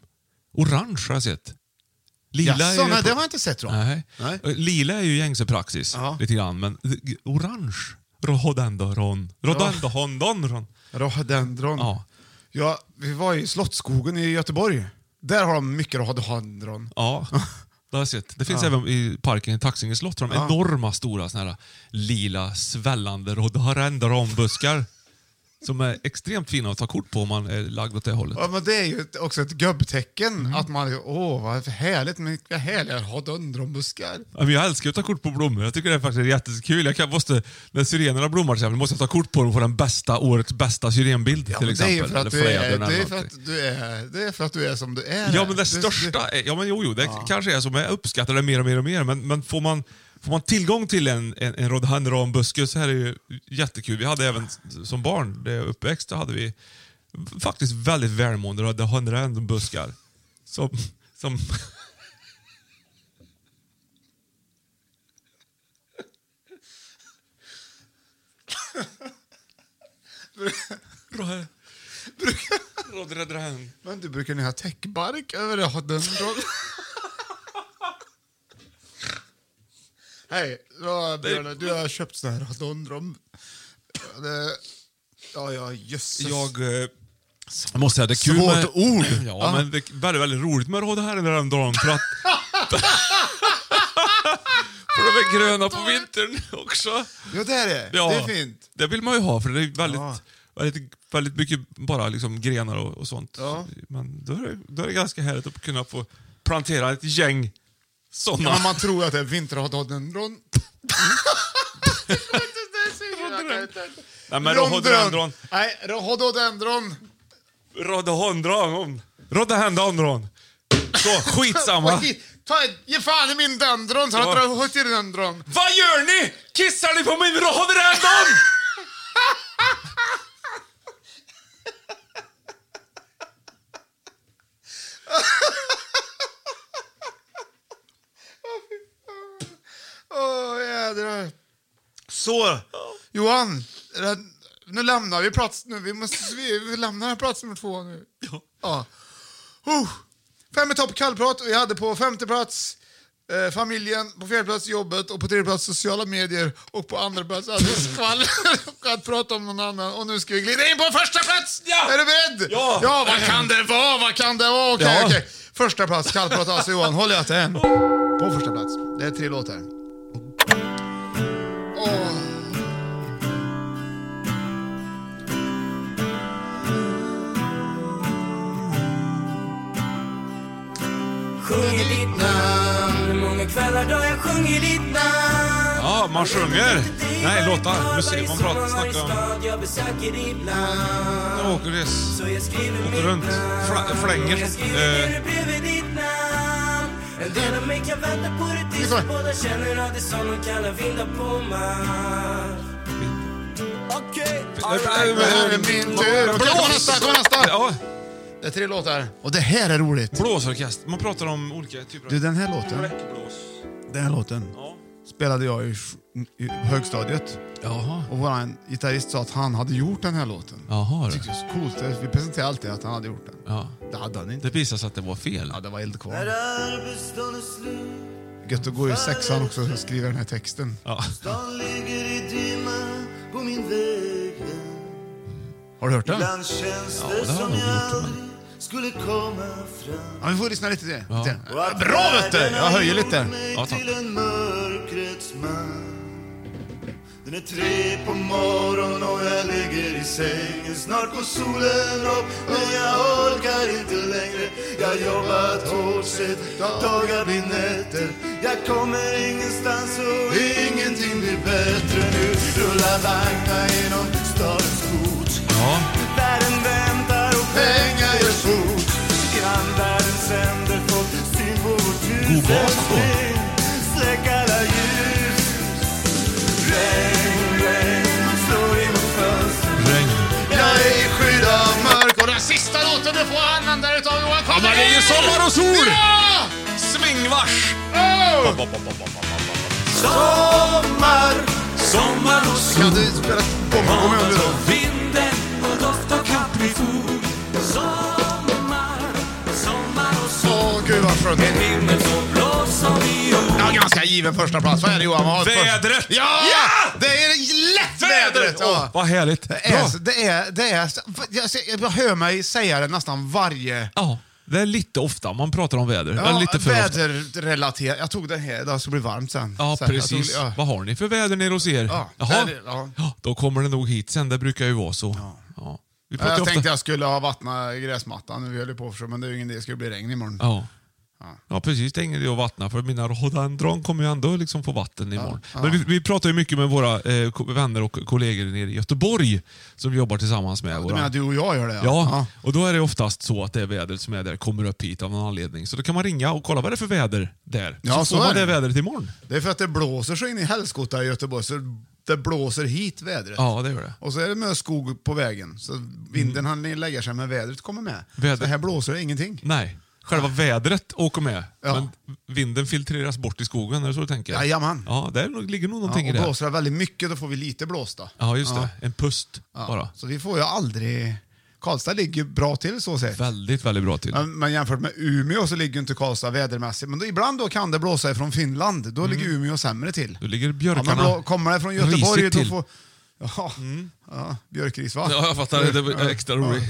Speaker 3: Orange har jag sett. Lila
Speaker 2: Jaså,
Speaker 3: är ju
Speaker 2: nej,
Speaker 3: på-
Speaker 2: det har jag inte sett, tror jag.
Speaker 3: Nej.
Speaker 2: Nej.
Speaker 3: Eh, Lila är ju gängse praxis,
Speaker 2: Ja.
Speaker 3: lite grann. Men eh, orange? Rododendoron. Rododendohondonron.
Speaker 2: Rhododendron.
Speaker 3: Ja.
Speaker 2: Ja, vi var i Slottsskogen i Göteborg. Där har de mycket rhododendron.
Speaker 3: Ja. Det har jag sett. Det finns även i parken i Taxinge slott. har De enorma stora såna här lila svällande rododendoronbuskar. som är extremt fina att ta kort på om man är lagd åt det hållet.
Speaker 2: Ja, men det är ju ett- också ett gubbtecken.
Speaker 3: Mm.
Speaker 2: Att man, liksom, åh vad härligt, men vilka härliga rhododendronbuskar.
Speaker 3: Ja, men Jag älskar ju att ta kort på blommor. Jag tycker det är faktiskt jättekul. Jag kan, måste, när syrenerna blommar till exempel, måste jag ta kort på dem och få den bästa, årets bästa syrenbild.
Speaker 2: Ja,
Speaker 3: till
Speaker 2: men det är
Speaker 3: exempel.
Speaker 2: ju för att,
Speaker 3: Eller
Speaker 2: du är,
Speaker 3: flädern
Speaker 2: det
Speaker 3: eller
Speaker 2: är för
Speaker 3: någonting.
Speaker 2: att du är Det är för att du är som du är.
Speaker 3: Ja, men
Speaker 2: Du-
Speaker 3: det största... är- Ja, men jo, jo, det kanske är så. Men jag uppskattar det mer och mer och mer. Men, men får, man, får man tillgång till en, en, en rhododendronbuske så här är det ju jättekul. Vi hade även s- som barn, det jag uppväxt, då hade vi faktiskt väldigt välmående rhododendronbuskar. Som... som Rodredrang.
Speaker 2: Men du, brukar ni ha täckbark över raden? Hej, ja, Björn, du har köpt sån här radondrom. Det- Ja, ja, jösses.
Speaker 3: Jag eh, måste säga, det är kul
Speaker 2: Svårt
Speaker 3: med...
Speaker 2: ord. Ah,
Speaker 3: Ja,
Speaker 2: Ja.
Speaker 3: men det är väldigt, väldigt roligt med råd här den dagen för att... för de är gröna på vintern också.
Speaker 2: Ja, det är det. Det är fint.
Speaker 3: Det vill man ju ha för det är väldigt,
Speaker 2: Ja.
Speaker 3: väldigt, väldigt mycket bara liksom grenar och, och sånt.
Speaker 2: Ja.
Speaker 3: Men då är, det, då är det ganska härligt att kunna få plantera ett gäng sådana.
Speaker 2: Ja, men man tror att det är vinterradondron.
Speaker 3: Nej, men rhododendron.
Speaker 2: Nej, rhododendron.
Speaker 3: Rhododendron. Rhododendron. Så, skitsamma.
Speaker 2: Okej, Ta, ge fan i min dendron så
Speaker 3: Ja.
Speaker 2: jag drar hårt i dendron.
Speaker 3: Vad gör ni? Kissar ni på min rhododendron?
Speaker 2: Åh, jädrar. Så, Johan. det- Nu lämnar vi plats nu. Vi, måste, vi, vi lämnar den här plats nummer två nu. Ja. Oh. Fem i topp kallprat och jag hade på femte plats eh, familjen, på fjärde plats jobbet och på tredje plats sociala medier och på andra plats hade jag skvaller och att prata om någon annan. Och nu ska vi glida in på första plats!
Speaker 3: Ja.
Speaker 2: Är du beredd?
Speaker 3: Ja.
Speaker 2: ja, vad kan det vara? Vad kan det vara? Okej,
Speaker 3: Ja.
Speaker 2: okej. Första plats kallprat alltså Johan. Håller jag till en. På första plats. Det är tre låtar. Åh.
Speaker 6: Sjunger ditt namn. Hur många kvällar då jag sjunger ditt namn?
Speaker 3: Ja, man sjunger. Nej, låtar.
Speaker 6: Varje
Speaker 3: Musik. Man pratar,
Speaker 6: sommar, varje
Speaker 3: snackar om...
Speaker 6: stad jag besöker ibland.
Speaker 3: Jag åker, res,
Speaker 6: Så jag skriver
Speaker 3: åker
Speaker 6: mitt
Speaker 3: runt.
Speaker 6: namn.
Speaker 3: Fla, flänger.
Speaker 6: Jag skriver
Speaker 3: Eh,
Speaker 6: ner bredvid ditt namn. En del av mig kan vänta på det tills
Speaker 2: Lyssna.
Speaker 6: båda känner av det som de kallar vindar på marsch. Okej,
Speaker 3: eh,
Speaker 2: Det här är
Speaker 3: eh,
Speaker 2: min tur. Okej, Kom nästa, kom nästa!
Speaker 3: Ja,
Speaker 2: Det är tre låtar. Och det här är roligt.
Speaker 3: blåsorkest. Man pratar om olika typer av...
Speaker 2: Du, den här låten,
Speaker 3: Bläckblås.
Speaker 2: den här låten
Speaker 3: Ja.
Speaker 2: spelade jag i, i högstadiet.
Speaker 3: Jaha.
Speaker 2: Och vår gitarrist sa att han hade gjort den här låten.
Speaker 3: Jaha, du.
Speaker 2: Det är så coolt. Vi presenterade alltid att han hade gjort den.
Speaker 3: Ja.
Speaker 2: Det hade han inte.
Speaker 3: Det visade sig att det var fel.
Speaker 2: Ja, det var eldkvarn. Gött att gå i sexan också och skriva den här texten.
Speaker 3: Ja.
Speaker 2: Har du hört den?
Speaker 3: Ja, det har jag nog gjort. Men...
Speaker 2: Ja, vi får lyssna lite till det. Lite. Ja. Bra vet du! Jag höjer lite.
Speaker 3: Ja, tack.
Speaker 5: Den är tre på morgon och jag ligger i sängen Snart går solen upp men jag orkar inte längre Jag har jobbat hårt sett dagar blir nätter Jag kommer ingenstans och ingenting blir bättre nu Rullar vagnar genom stadens port
Speaker 3: Ja.
Speaker 5: Världen väntar och pengar gör fort Grannvärlden sänder folk syn på vårt
Speaker 3: God
Speaker 5: hus
Speaker 3: bas då.
Speaker 5: Släck alla ljus Regn, regn slår i vårt fönster
Speaker 3: Regn.
Speaker 5: Jag är i skydd av mörk
Speaker 2: Och den sista låten du får använda dig utav Johan
Speaker 3: Ja,
Speaker 2: kommer
Speaker 3: men det är ju
Speaker 2: här!
Speaker 3: sommar och sol!
Speaker 2: Ja!
Speaker 3: Svingvars!
Speaker 2: Oh!
Speaker 5: Sommar
Speaker 3: Sommar och sol.
Speaker 2: Kan du spela bomba? Kom igen nu då.
Speaker 6: Vinden och doft av kaprifol. Sommar, sommar och sol.
Speaker 2: Åh, gud vad skönt.
Speaker 6: Himmel så blå som viol.
Speaker 2: Ja, ganska given första plats. Vad är det Johan? Vad har du först?
Speaker 3: Vädret!
Speaker 2: Ja!
Speaker 3: Ja!
Speaker 2: Det är lätt vädret!
Speaker 3: Åh,
Speaker 2: Ja.
Speaker 3: vad härligt.
Speaker 2: Det är,
Speaker 3: Bra.
Speaker 2: det är, det är, jag, ser- jag hör mig säga det nästan varje...
Speaker 3: Ja, det är lite ofta man pratar om väder. det är lite för ofta.
Speaker 2: väderrelaterat. Jag tog den här idag så det blir varmt sen.
Speaker 3: Ja,
Speaker 2: sen, jag
Speaker 3: precis.
Speaker 2: Tog, ja.
Speaker 3: Vad har ni för väder nere hos er?
Speaker 2: Ja,
Speaker 3: Jaha.
Speaker 2: väder, ja.
Speaker 3: Ja, Då kommer det nog hit sen. Det brukar ju vara så. Ja. Vi pratar ju
Speaker 2: Jag
Speaker 3: ofta...
Speaker 2: tänkte jag skulle ha vattnat gräsmattan. Vi höll ju på för så, men det är ju ingen idé. Det ska ju bli regn imorgon.
Speaker 3: Ja. Ja, precis. Det är ingen idé att vattna för mina rhododendron kommer ju ändå liksom få vatten imorgon. Men vi, vi pratar ju mycket med våra eh, ko- vänner och kollegor nere i Göteborg som vi jobbar tillsammans med.
Speaker 2: Du
Speaker 3: våra...
Speaker 2: menar du och jag gör det?
Speaker 3: Ja, och då är det oftast så att det vädret som är där kommer upp hit av någon anledning. Så då kan man ringa och kolla vad det är för väder där.
Speaker 2: Ja,
Speaker 3: så,
Speaker 2: så
Speaker 3: får
Speaker 2: är
Speaker 3: man det
Speaker 2: det.
Speaker 3: vädret imorgon.
Speaker 2: Det är för att det blåser så in i helskotta i Göteborg så det blåser hit vädret.
Speaker 3: Ja, det gör det.
Speaker 2: Och så är det med skog på vägen. Så vinden mm. hann lägga sig men vädret kommer med.
Speaker 3: Vädret-
Speaker 2: Så här blåser det ingenting.
Speaker 3: Nej, själva vädret åker med.
Speaker 2: Ja.
Speaker 3: Men vinden filtreras bort i skogen, är det så du tänker?
Speaker 2: Jajamän.
Speaker 3: Ja, där nog- ligger nog
Speaker 2: Ja,
Speaker 3: någonting
Speaker 2: och
Speaker 3: i det.
Speaker 2: blåser det väldigt mycket då får vi lite blåsta.
Speaker 3: Ja, just det. En pust
Speaker 2: Ja.
Speaker 3: bara.
Speaker 2: Så vi får ju aldrig... Karlstad ligger bra till så sett.
Speaker 3: Väldigt, väldigt bra till.
Speaker 2: Men, men jämfört med Umeå så ligger ju inte Karlstad vädermässigt. Men då, ibland då kan det blåsa ifrån Finland. Då ligger Umeå sämre till.
Speaker 3: Mm. Då ligger
Speaker 2: Ja, men
Speaker 3: björkarna...
Speaker 2: blå, kommer det från Göteborg
Speaker 3: risigt
Speaker 2: då
Speaker 3: till. Mm.
Speaker 2: får... Ja, ja björkris va?
Speaker 3: Ja, jag fattar. Det var extra roligt.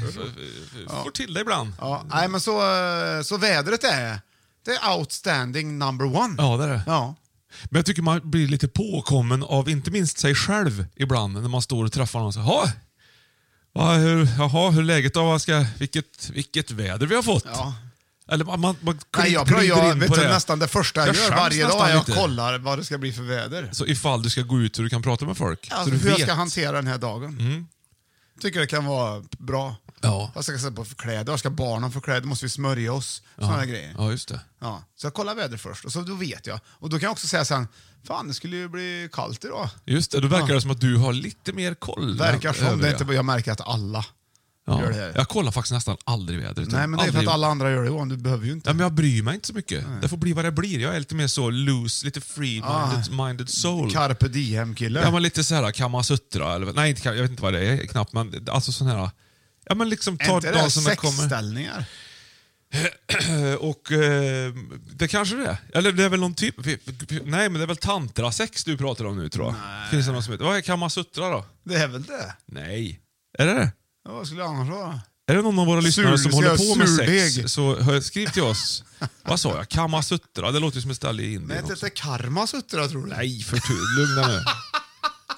Speaker 2: Ja.
Speaker 3: Får till det ibland.
Speaker 2: Ja, nej, men så, eh, så vädret är det är outstanding number one.
Speaker 3: Ja, det är det.
Speaker 2: Ja.
Speaker 3: Men jag tycker man blir lite påkommen av inte minst sig själv ibland när man står och träffar någon. och säger, Jaha, vad- hur, jaha, hur är läget då? Vad Ska, vilket, vilket väder vi har fått.
Speaker 2: Ja.
Speaker 3: Eller man, man, man
Speaker 2: Nej, jag,
Speaker 3: glider
Speaker 2: jag
Speaker 3: in
Speaker 2: vet
Speaker 3: på
Speaker 2: du,
Speaker 3: det.
Speaker 2: nästan det första jag,
Speaker 3: Jag
Speaker 2: gör
Speaker 3: skäms
Speaker 2: varje dag
Speaker 3: nästan
Speaker 2: är jag
Speaker 3: lite.
Speaker 2: kollar vad det ska bli för väder.
Speaker 3: Så ifall du ska gå ut så du kan prata med folk. så
Speaker 2: Alltså,
Speaker 3: du
Speaker 2: hur jag
Speaker 3: vet. Mm.
Speaker 2: ska hantera den här dagen. Tycker det kan vara bra.
Speaker 3: Ja.
Speaker 2: Vad ska jag sätta på för kläder? Vad ska barnen få för kläder? Måste vi smörja oss? Sådana
Speaker 3: ja.
Speaker 2: grejer.
Speaker 3: Ja, just det.
Speaker 2: Ja, så jag kollar vädret först och så då vet jag. Och då kan jag också säga sen, fan det skulle ju bli kallt idag.
Speaker 3: Just det, då verkar
Speaker 2: Ja.
Speaker 3: det som att du har lite mer koll.
Speaker 2: Verkar
Speaker 3: än
Speaker 2: som, det Typ är
Speaker 3: övriga.
Speaker 2: inte, bara- jag märker att alla
Speaker 3: ja.
Speaker 2: gör det här.
Speaker 3: Jag kollar faktiskt nästan aldrig vädret.
Speaker 2: Nej men det är för att
Speaker 3: Aldrig.
Speaker 2: alla andra gör det Johan, du behöver ju inte.
Speaker 3: Ja, men jag bryr mig inte så mycket. Det får bli vad det blir. Jag är lite mer så loose, lite free-minded
Speaker 2: Ah.
Speaker 3: minded soul.
Speaker 2: Carpe diem-kille.
Speaker 3: Ja, men lite så här kamasutra. Eller, nej, inte, kam- jag vet inte vad det är knappt, men alltså sån här... Ja, men liksom
Speaker 2: är
Speaker 3: ta
Speaker 2: inte det
Speaker 3: dagen som den kommer.
Speaker 2: sexställningar?
Speaker 3: Och eh, det kanske det är. Eller det är väl någon typ... Nej, men det är väl tantrasex du pratar om nu tror jag. Finns det något som heter... Vad är kamasutra då?
Speaker 2: Det är väl det?
Speaker 3: Nej. Är det det?
Speaker 2: Ja, vad skulle det annars vara?
Speaker 3: Är det någon av våra lyssnare som
Speaker 2: ska
Speaker 3: håller
Speaker 2: jag
Speaker 3: på med
Speaker 2: surdeg?
Speaker 3: sex, så hör, skriv till oss. Vad sa jag? Kamasutra? Det låter ju som ett ställe i
Speaker 2: Nej,
Speaker 3: Indien
Speaker 2: det
Speaker 3: också.
Speaker 2: heter karmasutra tror du?
Speaker 3: Nej, för tu- lugna nu.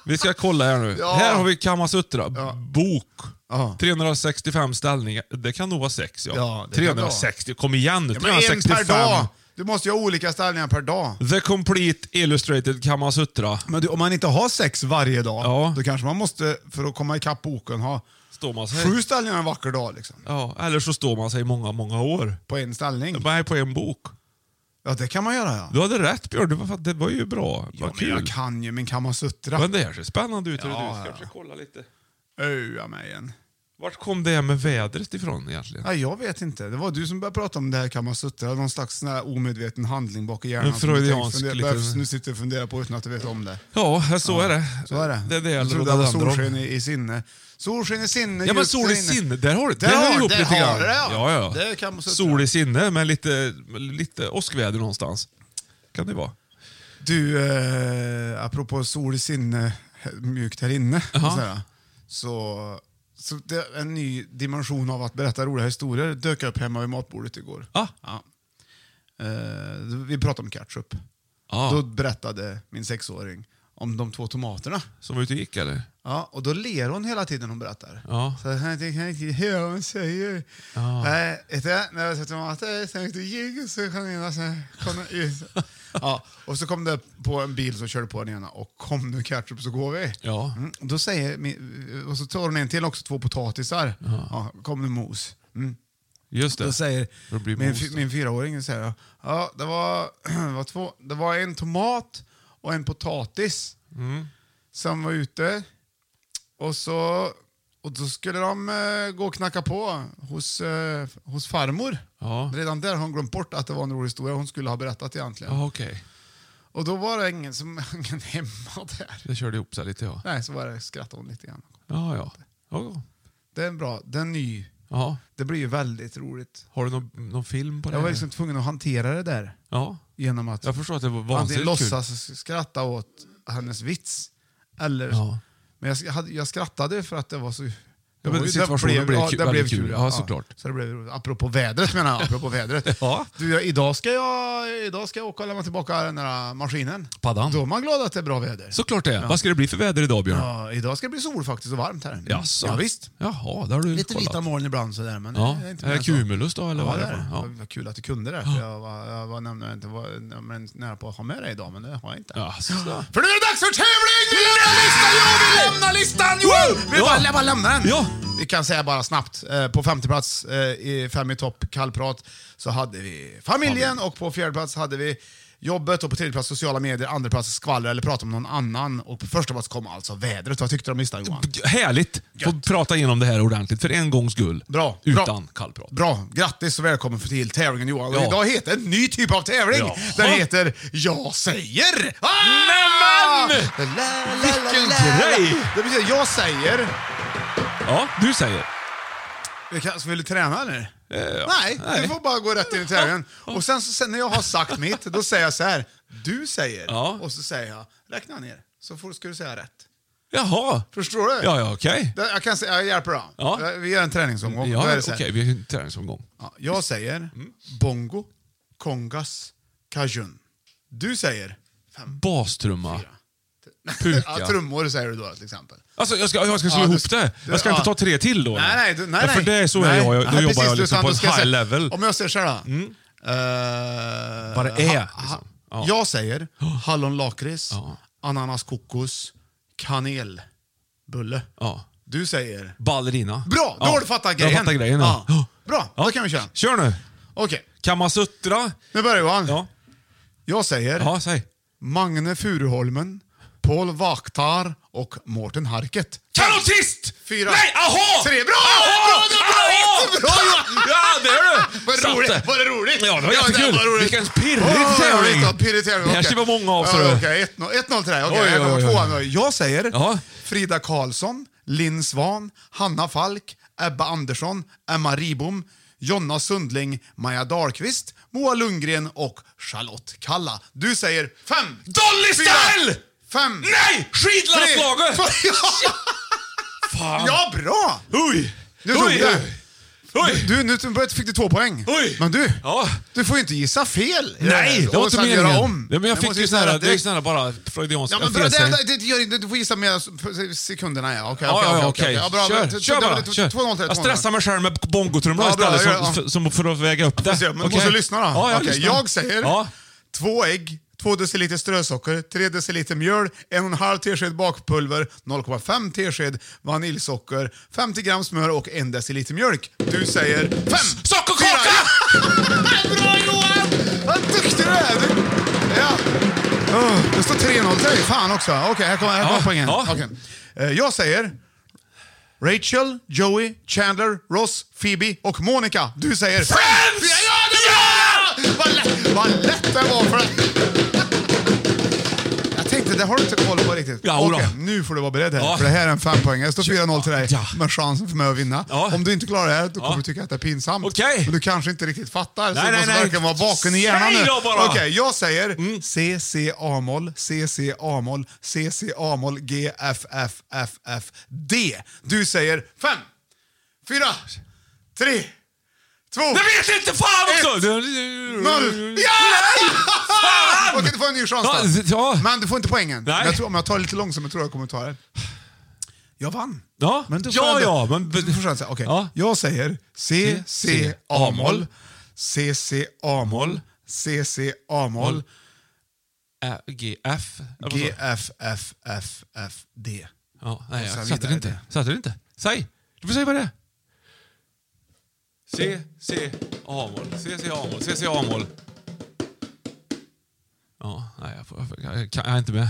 Speaker 3: Vi ska kolla här nu.
Speaker 2: Ja.
Speaker 3: Här har vi Kamasutra. Bok.
Speaker 2: Ja.
Speaker 3: 365 ställningar. Det kan nog vara sex, ja.
Speaker 2: Ja, det kan det vara.
Speaker 3: 360. Kom igen nu.
Speaker 2: Ja, men en
Speaker 3: 365.
Speaker 2: per dag! Du måste ju ha olika ställningar per dag.
Speaker 3: The Complete Illustrated Kamasutra.
Speaker 2: Men du, om man inte har sex varje dag,
Speaker 3: Ja.
Speaker 2: då kanske man måste, för att komma ikapp boken, ha
Speaker 3: Står man sig...
Speaker 2: sju ställningar en vacker dag. Liksom,
Speaker 3: Ja, eller så står man sig i många, många år.
Speaker 2: på en ställning.
Speaker 3: Nej, på en bok.
Speaker 2: Ja, det kan man göra ja.
Speaker 3: Du hade rätt Björn. Det var, det var ju bra. Vad
Speaker 2: ja men
Speaker 3: kul.
Speaker 2: jag kan ju min kamasutra.
Speaker 3: Men det här ser spännande ut. hörru
Speaker 2: Ja,
Speaker 3: du. Ska
Speaker 2: ja.
Speaker 3: försöka kolla lite.
Speaker 2: Öja mig igen.
Speaker 3: Vart kom det här med vädret ifrån egentligen?
Speaker 2: Ja, jag vet inte. Det var du som började prata om det här kamasutra. Någon slags sån här omedveten handling bak i hjärnan.
Speaker 3: En
Speaker 2: som du tänkt
Speaker 3: freudiansk
Speaker 2: fundera-
Speaker 3: liten-
Speaker 2: behövs- Nu sitter du och funderar på utan att du vet om det.
Speaker 3: Ja, så är det.
Speaker 2: Så är det.
Speaker 3: Det är det
Speaker 2: jag
Speaker 3: jag
Speaker 2: trodde det var
Speaker 3: handlar om.
Speaker 2: solsken i, i sinne. Solsken i sinne,
Speaker 3: Ja men
Speaker 2: djupt
Speaker 3: sol i
Speaker 2: där inne.
Speaker 3: sinne, där har du
Speaker 2: Där
Speaker 3: där har
Speaker 2: har-
Speaker 3: du ihop
Speaker 2: där
Speaker 3: lite
Speaker 2: har
Speaker 3: grann.
Speaker 2: du det, ja.
Speaker 3: ja, ja.
Speaker 2: Det kan man säga.
Speaker 3: Sol i sinne med lite, lite åskväder någonstans. Kan det vara.
Speaker 2: Du, eh, apropå sol i sinne, mjukt här inne,
Speaker 3: Jaha.
Speaker 2: och sådär, så, så det är en ny dimension av att berätta roliga historier dök upp hemma vid matbordet igår.
Speaker 3: Ah.
Speaker 2: Ja. Eh, vi pratade om ketchup.
Speaker 3: Ja.
Speaker 2: Då berättade min sexåring om de två tomaterna.
Speaker 3: Som var ute och gick eller?
Speaker 2: Ja, och då ler hon hela tiden hon berättar.
Speaker 3: Ja.
Speaker 2: Så här, det kan jag inte höra vad hon säger.
Speaker 3: Ja.
Speaker 2: Nej, vet du, när jag satte maten så tänkte jag ljuga så kan jag så kom jag ut. Ja, och så kom det på en bil som körde på den ena och kom nu ketchup så går vi.
Speaker 3: Ja.
Speaker 2: Mm, och då säger, min- och så tar hon en till också, två potatisar. Ja. kom nu mos. Mm.
Speaker 3: Just det.
Speaker 2: Då säger
Speaker 3: Då blir det
Speaker 2: min,
Speaker 3: mos
Speaker 2: fy-
Speaker 3: då.
Speaker 2: min fyraåring, säger, jag, ja, det, var, det, var två, det var en tomat och en potatis
Speaker 3: Mm.
Speaker 2: som var ute. Och så och då skulle de eh, gå och knacka på hos, eh, hos farmor.
Speaker 3: Ja.
Speaker 2: Redan där har hon glömt bort att det var en rolig historia hon skulle ha berättat egentligen.
Speaker 3: Ja, okej.
Speaker 2: Och då var det ingen, som, ingen hemma där.
Speaker 3: Det körde ihop sig lite ja.
Speaker 2: Nej, så var det, skrattade hon lite grann.
Speaker 3: Ja, ja. ja.
Speaker 2: Det är en bra, det är en ny.
Speaker 3: ja.
Speaker 2: Det blir ju väldigt roligt.
Speaker 3: Har du någon, någon film på det?
Speaker 2: Jag var
Speaker 3: här?
Speaker 2: liksom tvungen att hantera det där
Speaker 3: Ja.
Speaker 2: genom att
Speaker 3: Mm. Jag förstår att det var
Speaker 2: antingen
Speaker 3: vansinnigt kul.
Speaker 2: låtsas skratta åt hennes vits, eller...
Speaker 3: Ja.
Speaker 2: Men jag, sk- hade- jag skrattade för att det var så... det
Speaker 3: men
Speaker 2: var ju-
Speaker 3: situationen blev
Speaker 2: ja,
Speaker 3: kul-
Speaker 2: det blev
Speaker 3: väldigt
Speaker 2: kul.
Speaker 3: kul. Ja, såklart.
Speaker 2: Så det blev, roligt. apropå vädret menar jag. Apropå vädret.
Speaker 3: Ja.
Speaker 2: du, jag, idag, ska jag, idag ska jag åka och lämna tillbaka den där maskinen.
Speaker 3: Paddan.
Speaker 2: Då är man glad att det är bra väder.
Speaker 3: Såklart det. Vad ska det bli för väder idag Björn?
Speaker 2: Ja, idag ska det bli sol faktiskt och varmt här.
Speaker 3: Jaså?
Speaker 2: Ja, visst.
Speaker 3: Jaha, där har du
Speaker 2: Lite
Speaker 3: kollat.
Speaker 2: vita moln ibland sådär. Men
Speaker 3: Ja.
Speaker 2: det
Speaker 3: Är det
Speaker 2: mer än så.
Speaker 3: cumulus då, eller
Speaker 2: alltså.
Speaker 3: vad
Speaker 2: ja, det
Speaker 3: är det
Speaker 2: är det.
Speaker 3: för- ja.
Speaker 2: Vad kul att du kunde det. För jag var, jag var nämligen inte var, nämligen nära på att ha med dig idag, men det har jag inte.
Speaker 3: Ja, sådär.
Speaker 2: För nu är det dags för tävling! Vi lämnar listan! Ja, vi lämnar listan! Johan! Vi
Speaker 3: Ja.
Speaker 2: bara, lä- bara lämnar den.
Speaker 3: Ja.
Speaker 2: Vi kan säga bara snabbt, eh, på femte plats eh, i Fem i topp kallprat så hade vi familjen och på fjärde plats hade vi jobbet och på tredje plats sociala medier, andra plats skvaller eller prata om någon annan och på första plats kom alltså vädret. Vad tyckte du om listan Johan?
Speaker 3: Härligt! Få
Speaker 2: Gött.
Speaker 3: prata igenom det här ordentligt för en gångs skull.
Speaker 2: Bra. bra.
Speaker 3: Utan kallprat.
Speaker 2: Bra. Grattis och välkommen till tävlingen Johan. Och
Speaker 3: Ja.
Speaker 2: idag heter en ny typ av tävling.
Speaker 3: Ja.
Speaker 2: Den heter Jag säger. Ah!
Speaker 3: Nämen!
Speaker 2: La, la, la,
Speaker 3: Vilken
Speaker 2: la, la.
Speaker 3: grej!
Speaker 2: Det betyder jag säger.
Speaker 3: Ja, du säger. Eh,
Speaker 2: Det kan- Ska vi träna eller?
Speaker 3: ja.
Speaker 2: Nej, du
Speaker 3: Nej.
Speaker 2: får bara gå rätt in i tävlingen. Och sen, så, sen när jag har sagt mitt, då säger jag så här. Du säger,
Speaker 3: Ja.
Speaker 2: och så säger jag, räkna ner. Så får, ska du säga rätt.
Speaker 3: Jaha.
Speaker 2: Förstår du?
Speaker 3: Ja, ja, okej.
Speaker 2: Det- Jag kan säga, jag hjälper då.
Speaker 3: Ja.
Speaker 2: Vi gör en träningsomgång. Då är
Speaker 3: Ja,
Speaker 2: det så
Speaker 3: okej,
Speaker 2: här.
Speaker 3: vi har en träningsomgång.
Speaker 2: Ja, jag säger bongo, kongas, kajun. Du säger fem.
Speaker 3: Bastrumma. Puka.
Speaker 2: Ja, trummor säger du då till exempel.
Speaker 3: Alltså, jag ska, jag ska slå
Speaker 2: Ja,
Speaker 3: ihop
Speaker 2: du-
Speaker 3: det.
Speaker 2: du-
Speaker 3: Jag ska
Speaker 2: ja.
Speaker 3: inte ta tre till då.
Speaker 2: Nej, nej. du- nej,
Speaker 3: ja, för
Speaker 2: nej.
Speaker 3: det är så
Speaker 2: nej.
Speaker 3: är jag. Då
Speaker 2: Nej,
Speaker 3: jobbar
Speaker 2: precis,
Speaker 3: jag liksom
Speaker 2: utan
Speaker 3: på
Speaker 2: då
Speaker 3: en
Speaker 2: ska jag
Speaker 3: high
Speaker 2: säga-
Speaker 3: level. Mm.
Speaker 2: Om jag säger så här då. Eh,
Speaker 3: Vad det är,
Speaker 2: ha- ha-
Speaker 3: liksom. Ja.
Speaker 2: Jag säger hallonlakrits,
Speaker 3: Ja.
Speaker 2: ananas kokos, kanelbulle.
Speaker 3: Ja.
Speaker 2: Du säger...
Speaker 3: Ballerina.
Speaker 2: Bra, då
Speaker 3: Ja.
Speaker 2: har du fattat grejen.
Speaker 3: Jag fattar grejen, ja.
Speaker 2: Ja. Bra, då kan vi köra.
Speaker 3: Kör nu.
Speaker 2: Okej,
Speaker 3: Kamasutra.
Speaker 2: nu börjar Johan.
Speaker 3: Ja,
Speaker 2: Jag säger
Speaker 3: ja säg.
Speaker 2: Magne Furuholmen, Paul Vaktar och Mårten Harket.
Speaker 3: Kanotist!
Speaker 2: Fyra.
Speaker 3: Nej, aha!
Speaker 2: Tre. Bra!
Speaker 3: Aha!
Speaker 2: Bra, bra,
Speaker 3: aha!
Speaker 2: bra, bra, Johan!
Speaker 3: Ja, det är du!
Speaker 2: Vad
Speaker 3: Satt
Speaker 2: roligt! Var det roligt?
Speaker 3: Ja, det var jättekul.
Speaker 2: roligt.
Speaker 3: Vilken pirrig
Speaker 2: Ja,
Speaker 3: tävling.
Speaker 2: roligt, ja, Pirrig tävling.
Speaker 3: Det här
Speaker 2: okej.
Speaker 3: ska vara många av, ser
Speaker 2: Ja,
Speaker 3: du.
Speaker 2: Okej, 1-0 1-0 till dig. Okej,
Speaker 3: Oj,
Speaker 2: här kommer
Speaker 3: oj, oj.
Speaker 2: tvåan då. Jag säger
Speaker 3: Ja.
Speaker 2: Frida Karlsson, Linn Svan, Hanna Falk, Ebba Andersson, Emma Ribom, Jonna Sundling, Maja Dahlqvist, Moa Lundgren och Charlotte Kalla. Du säger fem,
Speaker 3: Dolly
Speaker 2: fyra,
Speaker 3: Style!
Speaker 2: fem,
Speaker 3: Nej! Skidlandslaget!
Speaker 2: tre, två- Ja,
Speaker 3: Fan!
Speaker 2: ja, bra!
Speaker 3: Oj!
Speaker 2: Nu tog
Speaker 3: Oj,
Speaker 2: det.
Speaker 3: oj. Oj!
Speaker 2: Du, nu fick du två poäng.
Speaker 3: Oj.
Speaker 2: Men du,
Speaker 3: Ja.
Speaker 2: du får ju inte gissa fel. i här.
Speaker 3: Nej, det var
Speaker 2: Och
Speaker 3: inte
Speaker 2: sen
Speaker 3: meningen.
Speaker 2: göra om.
Speaker 3: Ja, men jag
Speaker 2: Du
Speaker 3: fick
Speaker 2: måste
Speaker 3: ju sån här,
Speaker 2: rätt
Speaker 3: det är ju
Speaker 2: direkt.
Speaker 3: sån här bara freudianska
Speaker 2: Ja, men bra, det,
Speaker 3: felsägning.
Speaker 2: det, det gör inte, du får gissa med sekunderna. Ja, okej,
Speaker 3: Ja,
Speaker 2: okej,
Speaker 3: ja,
Speaker 2: okej,
Speaker 3: okej.
Speaker 2: okej. Ja, bra,
Speaker 3: Kör,
Speaker 2: men-
Speaker 3: kör
Speaker 2: det-
Speaker 3: bara.
Speaker 2: det-
Speaker 3: Kör.
Speaker 2: 2-0 till
Speaker 3: Jag
Speaker 2: 2-0.
Speaker 3: stressar mig själv med bongotrummor
Speaker 2: Ja, bra,
Speaker 3: istället
Speaker 2: jag gör- ja.
Speaker 3: som, som för att väga upp
Speaker 2: Får
Speaker 3: det.
Speaker 2: se, Men du
Speaker 3: Okej.
Speaker 2: måste lyssna då.
Speaker 3: Ja, jag,
Speaker 2: Okej,
Speaker 3: lyssnar.
Speaker 2: jag säger
Speaker 3: Ja.
Speaker 2: två ägg, två deciliter strösocker, tre deciliter mjöl, en och en halv tesked bakpulver, 0,5 tesked vaniljsocker, 50 gram smör och en deciliter mjölk. Du säger fem!
Speaker 3: Sockerkaka!
Speaker 2: Fyra. Bra Johan! Vad duktig du är! Du. Ja. Oh, det står 3-0 till dig. Fan också. Okej, här kommer, här kommer
Speaker 3: Ja,
Speaker 2: poängen.
Speaker 3: ja.
Speaker 2: Okej. Eh, Jag säger Rachel, Joey, Chandler, Ross, Phoebe och Monica. Du säger
Speaker 3: Friends!
Speaker 2: Ja, det var Vad lätt, vad lätt det var för dig! Jag tänkte, det har du inte koll på riktigt.
Speaker 3: Ja, jodå.
Speaker 2: Okej, nu får du vara beredd här,
Speaker 3: Ja.
Speaker 2: för det här är en fempoängare. Det står 4-0 till dig,
Speaker 3: Ja.
Speaker 2: men chansen för mig att vinna.
Speaker 3: Ja.
Speaker 2: Om du inte klarar det här, då
Speaker 3: Ja.
Speaker 2: kommer du tycka att det är pinsamt.
Speaker 3: Okej.
Speaker 2: Men du kanske inte riktigt fattar, så
Speaker 3: Nej, nej,
Speaker 2: du måste
Speaker 3: nej.
Speaker 2: Alltså, verkligen vara vaken i hjärnan
Speaker 3: Säg
Speaker 2: nu.
Speaker 3: då bara. Mm.
Speaker 2: Okej, jag säger C, C, A-moll, C, C, A-moll, C, C, A-moll, G, F, F, F, F, D. Du säger fem, fyra, tre, två,
Speaker 3: Jag vet inte fan också!
Speaker 2: Ett. noll.
Speaker 3: Noll!
Speaker 2: Ja!
Speaker 3: Fan!
Speaker 2: Okej, du får en ny chans
Speaker 3: Ja,
Speaker 2: då.
Speaker 3: ja.
Speaker 2: Men du får inte poängen.
Speaker 3: Nej.
Speaker 2: Men Jag tror, om jag tar det lite långsamt jag tror jag kommer ta det. Jag vann.
Speaker 3: Ja,
Speaker 2: men du får
Speaker 3: ja,
Speaker 2: ändå-
Speaker 3: ja, men...
Speaker 2: Du får chansa. Okej.
Speaker 3: Ja.
Speaker 2: Jag säger C, C, A-moll, C, C, A-moll, C, C, A-moll,
Speaker 3: Ä, G, F... Ja, vad sa
Speaker 2: G,
Speaker 3: du?
Speaker 2: F, F, F, F, D.
Speaker 3: Ja, nej,
Speaker 2: Och sen
Speaker 3: jag satte
Speaker 2: vidare
Speaker 3: det inte. Satte det inte. Säg! Du får säga vad det är. C, C, A-moll. C, C, A-moll. C, C, A-moll. Ja, nej, jag, får, jag, jag, kan- jag är inte med.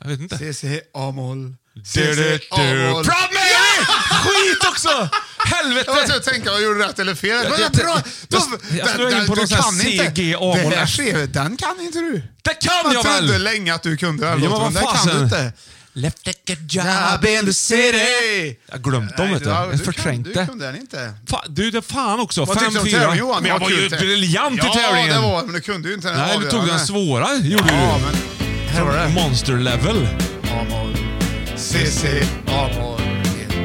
Speaker 3: Jag vet inte.
Speaker 2: C, C, A-moll, C,
Speaker 3: Du,
Speaker 2: C,
Speaker 3: du, du.
Speaker 2: A-moll.
Speaker 3: Proud Mary! Skit också!
Speaker 2: Jag var
Speaker 3: Helvete!
Speaker 2: tvungen att tänka om jag gjorde rätt eller fel. Men
Speaker 3: Jag-
Speaker 2: vad bra!
Speaker 3: jag-
Speaker 2: Då-
Speaker 3: jag- jag
Speaker 2: den-
Speaker 3: snurrar in
Speaker 2: den-
Speaker 3: på
Speaker 2: du
Speaker 3: någon sån här
Speaker 2: kan inte.
Speaker 3: CG
Speaker 2: Det
Speaker 3: A-moll.
Speaker 2: där ser- Den kan inte du.
Speaker 3: Det kan jag
Speaker 2: Jag trodde
Speaker 3: väl!
Speaker 2: länge att du kunde den
Speaker 3: Ja, men
Speaker 2: låten, men
Speaker 3: vad
Speaker 2: det kan du
Speaker 3: fasen.
Speaker 2: inte.
Speaker 3: Left like a job in the city. Jag har glömt dem,
Speaker 2: Nej,
Speaker 3: vet du.
Speaker 2: ja,
Speaker 3: Jag förträngde.
Speaker 2: kan- Du kunde den inte.
Speaker 3: Fan, du, det fan också.
Speaker 2: Vad tyckte du om
Speaker 3: 5-4.
Speaker 2: tävlingen Johan?
Speaker 3: Men jag var ju
Speaker 2: kul tävling.
Speaker 3: briljant i
Speaker 2: Ja, det
Speaker 3: tävlingen.
Speaker 2: var men du kunde ju inte den
Speaker 3: Nej, du tog den
Speaker 2: avgörande.
Speaker 3: svåra. gjorde
Speaker 2: Ja,
Speaker 3: du.
Speaker 2: men... Här var det.
Speaker 3: Monster level.
Speaker 2: A-moll, CC, A-moll,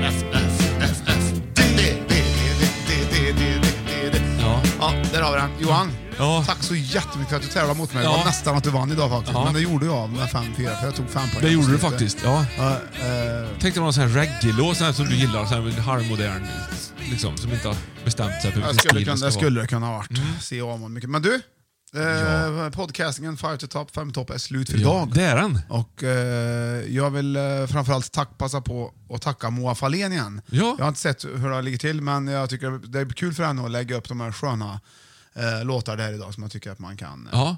Speaker 2: F, F, F, F, D, D, D, D, D, D, D, D, D.
Speaker 3: Ja.
Speaker 2: Ja, där har vi den. Johan,
Speaker 3: Ja.
Speaker 2: tack så jättemycket för att du tävlade mot mig. Det var
Speaker 3: Ja.
Speaker 2: nästan att du vann idag faktiskt,
Speaker 3: Ja.
Speaker 2: men det gjorde jag med 5-4 för jag tog 5 poäng.
Speaker 3: Det
Speaker 2: på
Speaker 3: gjorde du
Speaker 2: slutet.
Speaker 3: faktiskt. Ja.
Speaker 2: Ja, eh,
Speaker 3: Tänk dig någon sån här reggae-låt sån här som du gillar. Sån här halvmodern. Liksom, som inte har bestämt sig för
Speaker 2: Jag
Speaker 3: vilken
Speaker 2: skulle
Speaker 3: stil den
Speaker 2: kunna,
Speaker 3: ska
Speaker 2: det
Speaker 3: vara. Mm.
Speaker 2: skulle det kunna ha varit. Se om och mycket. Men du, eh, podcastingen Fire to Top, 5 topp är slut för
Speaker 3: Ja,
Speaker 2: idag.
Speaker 3: det är den.
Speaker 2: Och eh, jag vill eh, framförallt tack, passa på att tacka Moa Fahlén igen.
Speaker 3: Ja.
Speaker 2: Jag har inte sett hur det ligger till, men jag tycker det är kul för henne att lägga upp de här sköna eh, låtar där idag som jag tycker att man kan eh,
Speaker 3: Ja.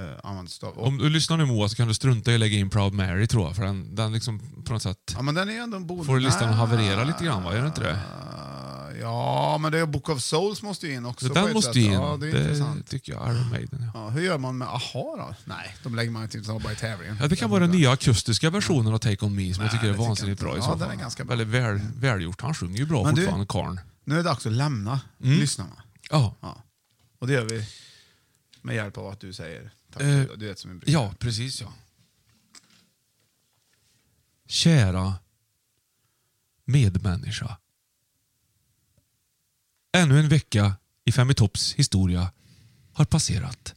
Speaker 2: eh, använda sig av. Och,
Speaker 3: Om du lyssnar nu Moa så kan du strunta i att lägga in Proud Mary tror jag. För den, den liksom på något sätt...
Speaker 2: ja, men den är ju ändå en bonus.
Speaker 3: Får listan att haverera lite grann va? Gör den inte det?
Speaker 2: Eh, Ja, men det är Book of Souls måste ju in också.
Speaker 3: Så
Speaker 2: på ett
Speaker 3: den måste
Speaker 2: sätt.
Speaker 3: ju in.
Speaker 2: Ja, det är intressant.
Speaker 3: tycker jag. Iron Maiden. Ja.
Speaker 2: Ja, hur gör man med aha då? Nej, de lägger man inte in, utan bara i tävlingen.
Speaker 3: Ja, det kan vara den nya akustiska versionen av Take On Me som
Speaker 2: Nej,
Speaker 3: jag tycker är
Speaker 2: det tycker jag
Speaker 3: vansinnigt
Speaker 2: inte.
Speaker 3: bra i
Speaker 2: Ja,
Speaker 3: så
Speaker 2: den är
Speaker 3: fall.
Speaker 2: ganska bra.
Speaker 3: Väldigt väl, välgjort. Han sjunger ju bra
Speaker 2: Men du-
Speaker 3: fortfarande, karln.
Speaker 2: Nu är det dags att lämna
Speaker 3: Mm.
Speaker 2: lyssnarna.
Speaker 3: Ja.
Speaker 2: Och det gör vi med hjälp av att du säger tack.
Speaker 3: Eh,
Speaker 2: du vet som en brygga.
Speaker 3: Ja, precis ja. Kära medmänniska. Ännu en vecka i Fem i topps historia har passerat.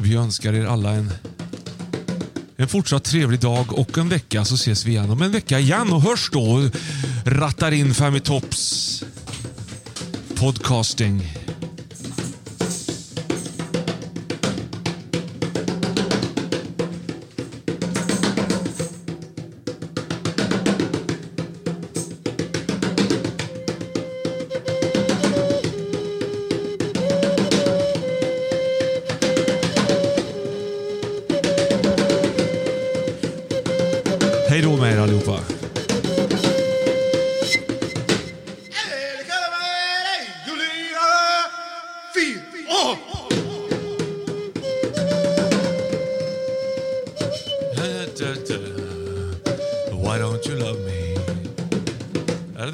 Speaker 3: Vi önskar er alla en, en fortsatt trevlig dag och en vecka så ses vi igen om en vecka igen och hörs då. Rattar in Fem i topps podcasting. Hej då med er allihopa. Why don't you love me? Är det